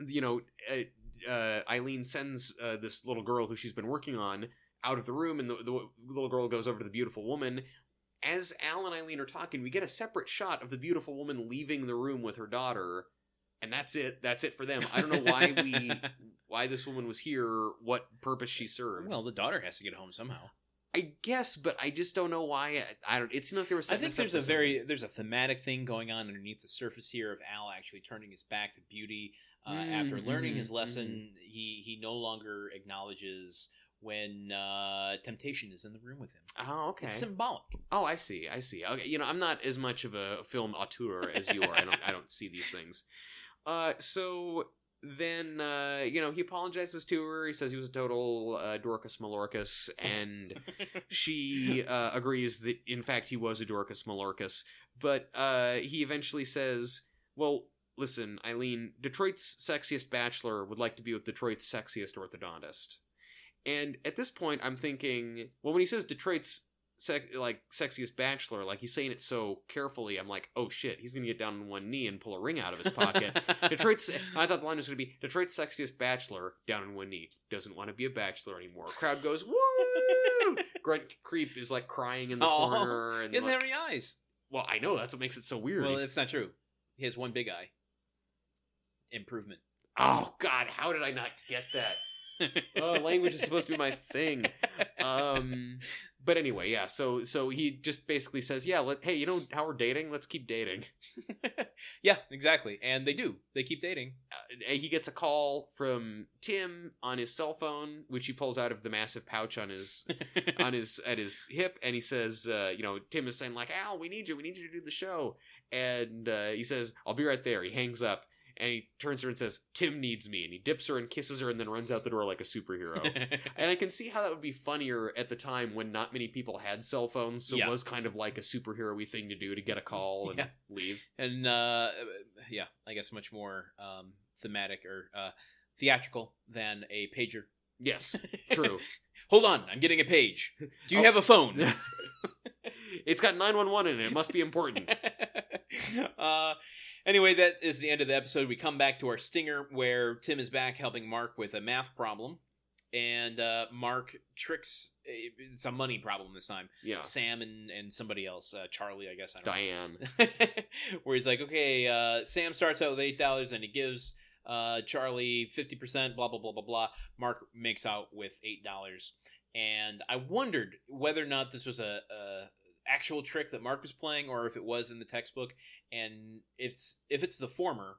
Speaker 1: you know, uh, uh, Eileen sends uh, this little girl who she's been working on out of the room, and the, the little girl goes over to the beautiful woman. As Al and Eileen are talking, we get a separate shot of the beautiful woman leaving the room with her daughter, and that's it. That's it for them. I don't know why we why this woman was here, what purpose she served.
Speaker 2: well, the daughter has to get home somehow.
Speaker 1: I guess, but I just don't know why. I, I don't. It seemed like there was.
Speaker 2: I think there's a very there's a thematic thing going on underneath the surface here of Al actually turning his back to beauty uh, after
Speaker 1: Mm,
Speaker 2: learning his
Speaker 1: mhm,
Speaker 2: lesson. He he no longer acknowledges when uh, temptation is in the room with him.
Speaker 1: Oh, okay.
Speaker 2: It's symbolic.
Speaker 1: oh, I see. I see. Okay, you know, I'm not as much of a film auteur as you are. I don't. I don't see these things. Uh, so then, uh, you know, he apologizes to her. He says he was a total uh, Dorcas Malorcas, and she uh, agrees that in fact he was a Dorcas Malorcus, but uh, he eventually says, "Well, listen, Eileen, Detroit's sexiest bachelor would like to be with Detroit's sexiest orthodontist." And at this point, I'm thinking, well, when he says Detroit's sec- like sexiest bachelor, like he's saying it so carefully, I'm like, oh shit, he's gonna get down on one knee and pull a ring out of his pocket. Detroit's. I thought the line was going to be Detroit's sexiest bachelor down on one knee doesn't want to be a bachelor anymore. Crowd goes woo. Grunt creep is like crying in the
Speaker 2: Aw.
Speaker 1: corner and
Speaker 2: He doesn't
Speaker 1: like-
Speaker 2: have any eyes.
Speaker 1: well, I know that's what makes it so weird.
Speaker 2: Well,
Speaker 1: He's-
Speaker 2: it's not true. He has one big eye. Improvement.
Speaker 1: oh God, how did I not get that? Oh, language is supposed to be my thing. Um, but anyway, yeah. So so he just basically says, yeah, let, hey, you know how we're dating? Let's keep dating.
Speaker 2: yeah, exactly. And they do. They keep dating.
Speaker 1: uh, he gets a call from Tim on his cell phone, which he pulls out of the massive pouch on his on his at his hip, and he says, uh, "You know, Tim is saying like, Al, we need you, we need you to do the show," and uh, he says, "I'll be right there." He hangs up, and he turns to her and says, "Tim needs me," and he dips her and kisses her, and then runs out the door like a superhero. and I can see how that would be funnier at the time when not many people had cell phones, so
Speaker 2: Yeah.
Speaker 1: it was kind of like a superhero-y thing to do to get a call and
Speaker 2: Yeah.
Speaker 1: leave.
Speaker 2: and uh, yeah, I guess much more um, thematic or uh, theatrical than a pager.
Speaker 1: Yes, true.
Speaker 2: Hold on, I'm getting a page. Do you
Speaker 1: Oh.
Speaker 2: have a phone?
Speaker 1: it's got 911 in it. It must be important.
Speaker 2: uh, anyway, that is the end of the episode. We come back to our stinger where Tim is back helping Mark with a math problem. And uh, Mark tricks, eh, it's a money problem this time.
Speaker 1: Yeah.
Speaker 2: Sam and, and somebody else, uh, Charlie, I guess. I don't know.
Speaker 1: Diane.
Speaker 2: where he's like, okay, uh, Sam starts out with eight dollars and he gives uh, Charlie fifty percent, blah blah blah blah blah. Mark makes out with eight dollars, and I wondered whether or not this was a, a actual trick that Mark was playing, or if it was in the textbook. And if it's if it's the former,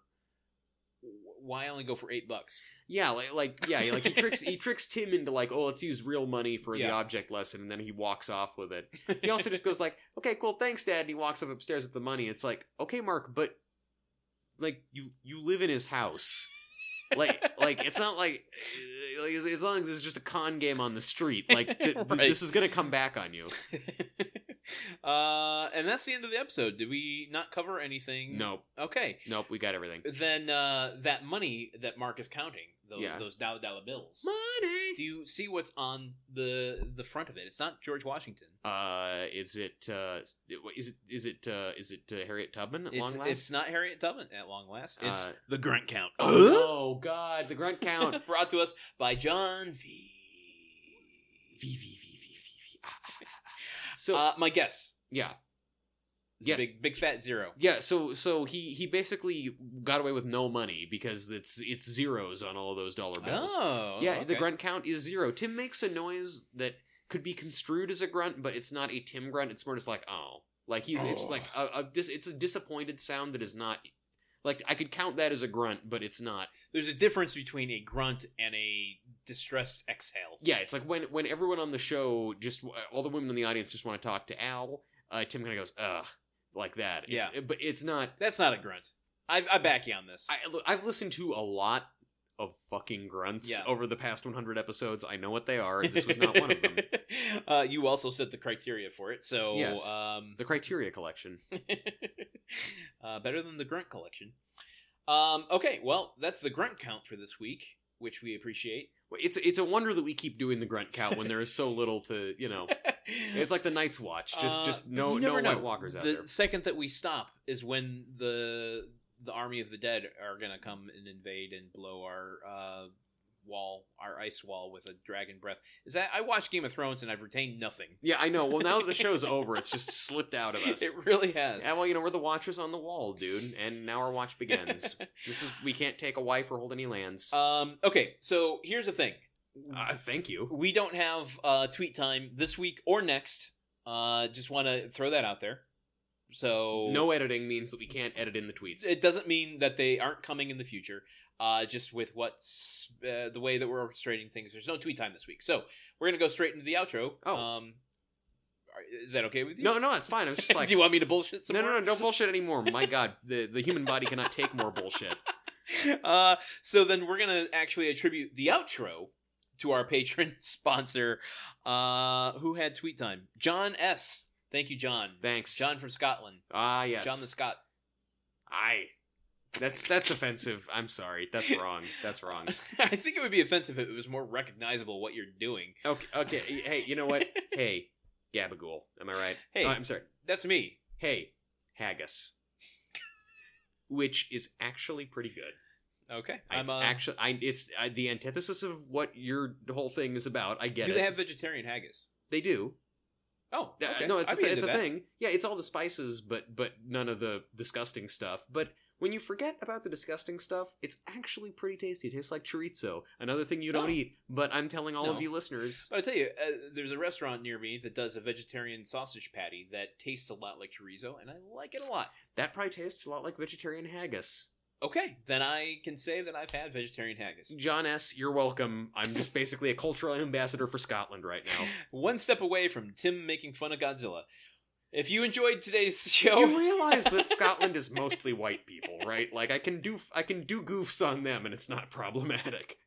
Speaker 2: wh- why only go for eight bucks?
Speaker 1: Yeah, like like yeah, like he tricks he tricks Tim into like, oh, let's use real money for the
Speaker 2: Yeah.
Speaker 1: object lesson, and then he walks off with it. He also just goes like, okay, cool, thanks, Dad, and he walks up upstairs with the money. It's like, okay, Mark, but like you you live in his house. Like, like it's not like, uh, like as- as long as it's just a con game on the street, like th- th-
Speaker 2: Right.
Speaker 1: this is gonna come back on you.
Speaker 2: uh, and that's the end of the episode. Did we not cover anything?
Speaker 1: Nope,
Speaker 2: Okay.
Speaker 1: nope, we got everything.
Speaker 2: then uh, that money that Mark is counting, those,
Speaker 1: Yeah.
Speaker 2: those dollar dollar bills.
Speaker 1: Money.
Speaker 2: Do you see what's on the the front of it? It's not George Washington.
Speaker 1: Uh, is it uh, is it is it uh, is it uh, Harriet Tubman at
Speaker 2: It's,
Speaker 1: long last?
Speaker 2: it's not Harriet Tubman at long last. It's
Speaker 1: Uh,
Speaker 2: the grunt count.
Speaker 1: Oh God, the grunt count.
Speaker 2: Brought to us by John V.
Speaker 1: V, V, V, V, V, V. Ah, ah, ah, ah. So
Speaker 2: Uh, my guess.
Speaker 1: yeah,
Speaker 2: It's a
Speaker 1: Yes.
Speaker 2: Big, big fat zero.
Speaker 1: yeah. So so he he basically got away with no money because it's it's zeros on all those dollar bills.
Speaker 2: Oh.
Speaker 1: yeah, the
Speaker 2: okay.
Speaker 1: grunt count is zero. Tim makes a noise that could be construed as a grunt, but it's not a Tim grunt. It's more just like oh, like he's it's
Speaker 2: Oh.
Speaker 1: like a, a dis, it's a disappointed sound that is not like I could count that as a grunt, but it's not.
Speaker 2: There's a difference between a grunt and a distressed exhale.
Speaker 1: yeah, it's like when when everyone on the show just all the women in the audience just want to talk to Al. Uh, Tim kind of goes ugh like that. It's, but it's not.
Speaker 2: That's not a grunt. I, I back you on this.
Speaker 1: I, look, I've listened to a lot of fucking grunts
Speaker 2: Yeah.
Speaker 1: over the past 100 episodes. I know what they are. This was not one of them.
Speaker 2: Uh, you also set the criteria for it, so
Speaker 1: Yes.
Speaker 2: um,
Speaker 1: The Criteria Collection.
Speaker 2: uh, better than the grunt collection. Um, okay, well, that's the grunt count for this week, which we appreciate.
Speaker 1: It's it's a wonder that we keep doing the grunt count when there is so little to you know. It's like the Night's Watch. Just
Speaker 2: Uh,
Speaker 1: just no
Speaker 2: you
Speaker 1: no
Speaker 2: never
Speaker 1: White
Speaker 2: know.
Speaker 1: Walkers out
Speaker 2: the
Speaker 1: there.
Speaker 2: second that we stop is when the the army of the dead are gonna come and invade and blow our uh, wall, our ice wall, with a dragon breath. Is that I watched Game of Thrones and I've retained nothing.
Speaker 1: Yeah, I know. Well, now that the show's over, it's just slipped out of us.
Speaker 2: It really has.
Speaker 1: Yeah, well, you know, we're the watchers on the wall, dude, and now our watch begins. this is we can't take a wife or hold any lands.
Speaker 2: Um, okay, so here's the thing.
Speaker 1: Uh, thank you.
Speaker 2: we don't have uh, tweet time this week or next. Uh, just want to throw that out there. So
Speaker 1: No editing means that we can't edit in the tweets.
Speaker 2: oh. it doesn't mean that they aren't coming in the future. Uh, just with what's uh, the way that we're orchestrating things, there's no tweet time this week. So we're gonna go straight into the outro.
Speaker 1: Oh.
Speaker 2: Um, are- is that okay with you?
Speaker 1: no, no, it's fine. I was just like,
Speaker 2: Do you want me to bullshit some
Speaker 1: no, no,
Speaker 2: more?
Speaker 1: no, don't bullshit anymore. My God, the the human body cannot take more bullshit.
Speaker 2: uh, so then we're gonna actually attribute the outro to our patron sponsor, uh, who had tweet time, John S. Thank you, John.
Speaker 1: Thanks.
Speaker 2: John from Scotland.
Speaker 1: Ah, yes.
Speaker 2: John the Scot.
Speaker 1: I. That's that's offensive. I'm sorry. That's wrong. That's wrong.
Speaker 2: I think it would be offensive if it was more recognizable what you're doing.
Speaker 1: Okay. Okay. Hey, you know what? Hey, Gabagool. Am I right?
Speaker 2: Hey.
Speaker 1: Oh, I'm sorry.
Speaker 2: That's me.
Speaker 1: Hey, haggis. Which is actually pretty good.
Speaker 2: Okay. I'm
Speaker 1: It's
Speaker 2: uh,
Speaker 1: actually, I, it's I, the antithesis of what your whole thing is about. I get
Speaker 2: Do
Speaker 1: it.
Speaker 2: they have vegetarian haggis?
Speaker 1: They do.
Speaker 2: Oh,
Speaker 1: Uh,
Speaker 2: okay.
Speaker 1: no, it's
Speaker 2: I'd
Speaker 1: a,
Speaker 2: be
Speaker 1: th- it's
Speaker 2: into
Speaker 1: a
Speaker 2: that.
Speaker 1: thing. Yeah, it's all the spices, but but none of the disgusting stuff. But when you forget about the disgusting stuff, it's actually pretty tasty. It tastes like chorizo, another thing you don't
Speaker 2: Oh.
Speaker 1: eat. But I'm telling all
Speaker 2: No.
Speaker 1: of you listeners,
Speaker 2: But I tell you, uh, there's a restaurant near me that does a vegetarian sausage patty that tastes a lot like chorizo, and I like it a lot.
Speaker 1: that probably tastes a lot like vegetarian haggis.
Speaker 2: Okay, then I can say that I've had vegetarian haggis.
Speaker 1: John S, you're welcome. I'm just basically a cultural ambassador for Scotland right now.
Speaker 2: One step away from Tim making fun of Godzilla. If you enjoyed today's show,
Speaker 1: You realize that Scotland is mostly white people, right? Like I can do I can do goofs on them and it's not problematic.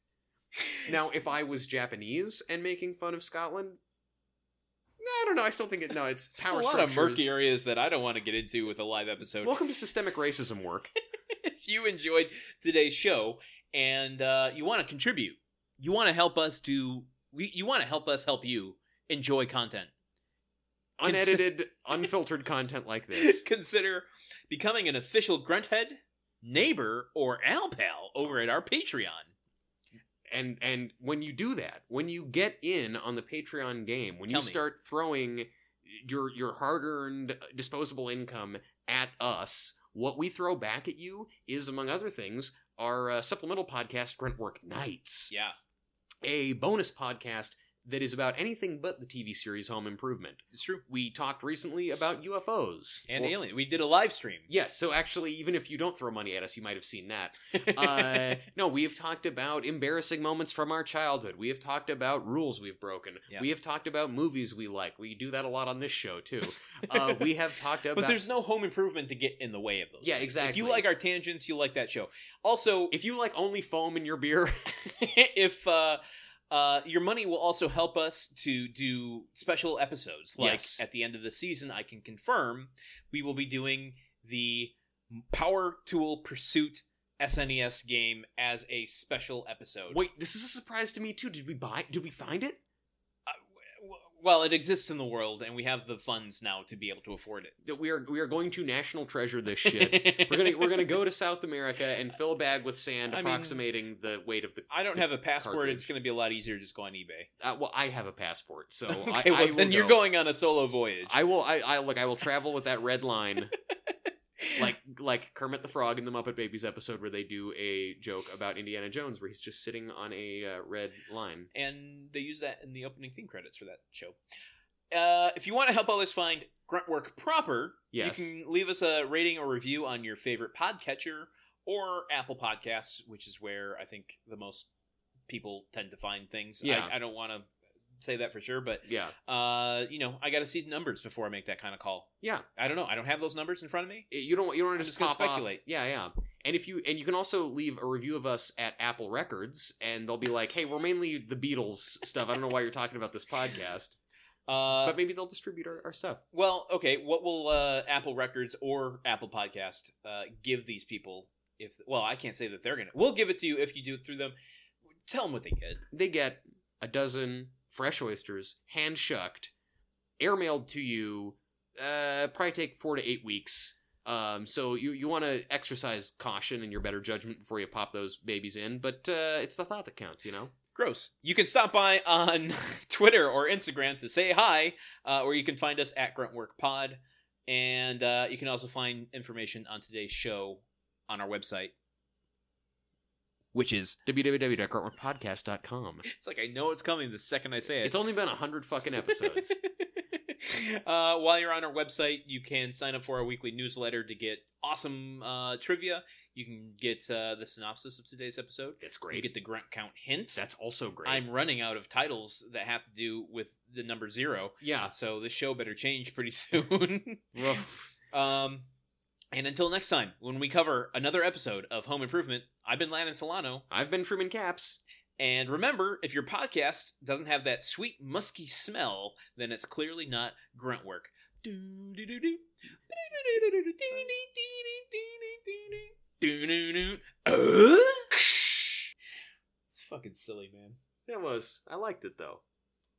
Speaker 1: Now, if I was Japanese and making fun of Scotland, no, I don't know. I still think it. No, it's
Speaker 2: It's
Speaker 1: power
Speaker 2: a lot
Speaker 1: structures.
Speaker 2: of murky areas that I don't want to get into with a live episode.
Speaker 1: Welcome to systemic racism work.
Speaker 2: if you enjoyed today's show and uh, you want to contribute, you want to help us do, we, you want to help us help you enjoy content. Cons-
Speaker 1: Unedited, unfiltered content like this.
Speaker 2: Consider becoming an official grunt head, neighbor, or al pal over at our Patreon.
Speaker 1: And and when you do that, when you get in on the Patreon game, when
Speaker 2: Tell
Speaker 1: you
Speaker 2: me.
Speaker 1: start throwing your your hard-earned uh, disposable income at us, what we throw back at you is among other things our uh, supplemental podcast Gruntwork Nights.
Speaker 2: Yeah,
Speaker 1: a bonus podcast that is about anything but the TV series Home Improvement.
Speaker 2: it's true.
Speaker 1: We talked recently about UFOs
Speaker 2: And
Speaker 1: Or-
Speaker 2: alien, we did a live stream.
Speaker 1: Yes, so actually, even if you don't throw money at us, you might have seen that. Uh, no, we have talked about embarrassing moments from our childhood. We have talked about rules we've broken.
Speaker 2: Yeah.
Speaker 1: We have talked about movies we like. We do that a lot on this show too. Uh, we have talked about.
Speaker 2: but there's no home improvement to get in the way of those.
Speaker 1: Yeah,
Speaker 2: things. If
Speaker 1: exactly.
Speaker 2: you like our tangents, you like that show. Also,
Speaker 1: if you like only foam in your beer,
Speaker 2: if uh, uh, your money will also help us to do special episodes, like
Speaker 1: Yes.
Speaker 2: at the end of the season, I can confirm we will be doing the Power Tool Pursuit SNES game as a special episode.
Speaker 1: wait, this is a surprise to me too. Did we buy? Did we find it?
Speaker 2: W- Well, it exists in the world, and we have the funds now to be able to afford it.
Speaker 1: That we are we are going to national treasure this shit. We're gonna we're gonna go to South America and fill a bag with sand,
Speaker 2: I mean-
Speaker 1: approximating the weight of the.
Speaker 2: I don't have a passport.
Speaker 1: Cartridge.
Speaker 2: It's going to be a lot easier to just go on eBay.
Speaker 1: Uh, well, I have a passport, so
Speaker 2: Okay,
Speaker 1: I,
Speaker 2: well,
Speaker 1: I will
Speaker 2: then you're
Speaker 1: go.
Speaker 2: going on a solo voyage.
Speaker 1: I will. I, I look. I will travel with that red line, like like Kermit the Frog in the Muppet Babies episode where they do a joke about Indiana Jones, where he's just sitting on a uh, red line.
Speaker 2: and they use that in the opening theme credits for that show. Uh, if you want to help others find Gruntwork proper,
Speaker 1: Yes.
Speaker 2: you can leave us a rating or review on your favorite podcatcher or Apple Podcasts, which is where I think the most people tend to find things.
Speaker 1: Yeah.
Speaker 2: I, I don't want to say that for sure, but
Speaker 1: Yeah.
Speaker 2: uh, you know, I got to see numbers before I make that kind of call.
Speaker 1: Yeah.
Speaker 2: I don't know. I don't have those numbers in front of me.
Speaker 1: It- you don't you don't wanna
Speaker 2: I'm
Speaker 1: just,
Speaker 2: just gonna
Speaker 1: pop off.
Speaker 2: speculate.
Speaker 1: Yeah, yeah. And if you and you can also leave a review of us at Apple Records, and they'll be like, "Hey, we're mainly the Beatles stuff. I don't know why you're talking about this podcast,
Speaker 2: Uh,
Speaker 1: but maybe they'll distribute our, our stuff."
Speaker 2: well, okay. What will uh, Apple Records or Apple Podcast uh, give these people? If well, I can't say that they're gonna. We'll give it to you if you do it through them. Tell them what they get.
Speaker 1: They get a dozen fresh oysters, hand shucked, airmailed to you. Uh, probably take four to eight weeks. Um, so you you want to exercise caution and your better judgment before you pop those babies in, but uh, it's the thought that counts, you know.
Speaker 2: Gross. You can stop by on Twitter or Instagram to say hi, uh, or you can find us at Gruntwork Pod, and uh, you can also find information on today's show on our website, which is
Speaker 1: www.grantworkpodcast.com.
Speaker 2: It's like I know it's coming the second I say it.
Speaker 1: It's only been a hundred fucking episodes.
Speaker 2: uh, while you're on our website, you can sign up for our weekly newsletter to get awesome uh, trivia. You can get uh, the synopsis of today's episode.
Speaker 1: That's
Speaker 2: You
Speaker 1: great.
Speaker 2: get the grunt count hint.
Speaker 1: That's also great.
Speaker 2: I'm running out of titles that have to do with the number zero, uh,
Speaker 1: yeah.
Speaker 2: so this show better change pretty soon.
Speaker 1: Ruff.
Speaker 2: um, and until next time, when we cover another episode of Home Improvement, I've been Landon Solano.
Speaker 1: I've been Truman Caps.
Speaker 2: And remember, if your podcast doesn't have that sweet musky smell, then it's clearly not grunt work. It's fucking silly, man.
Speaker 1: That was I liked it though.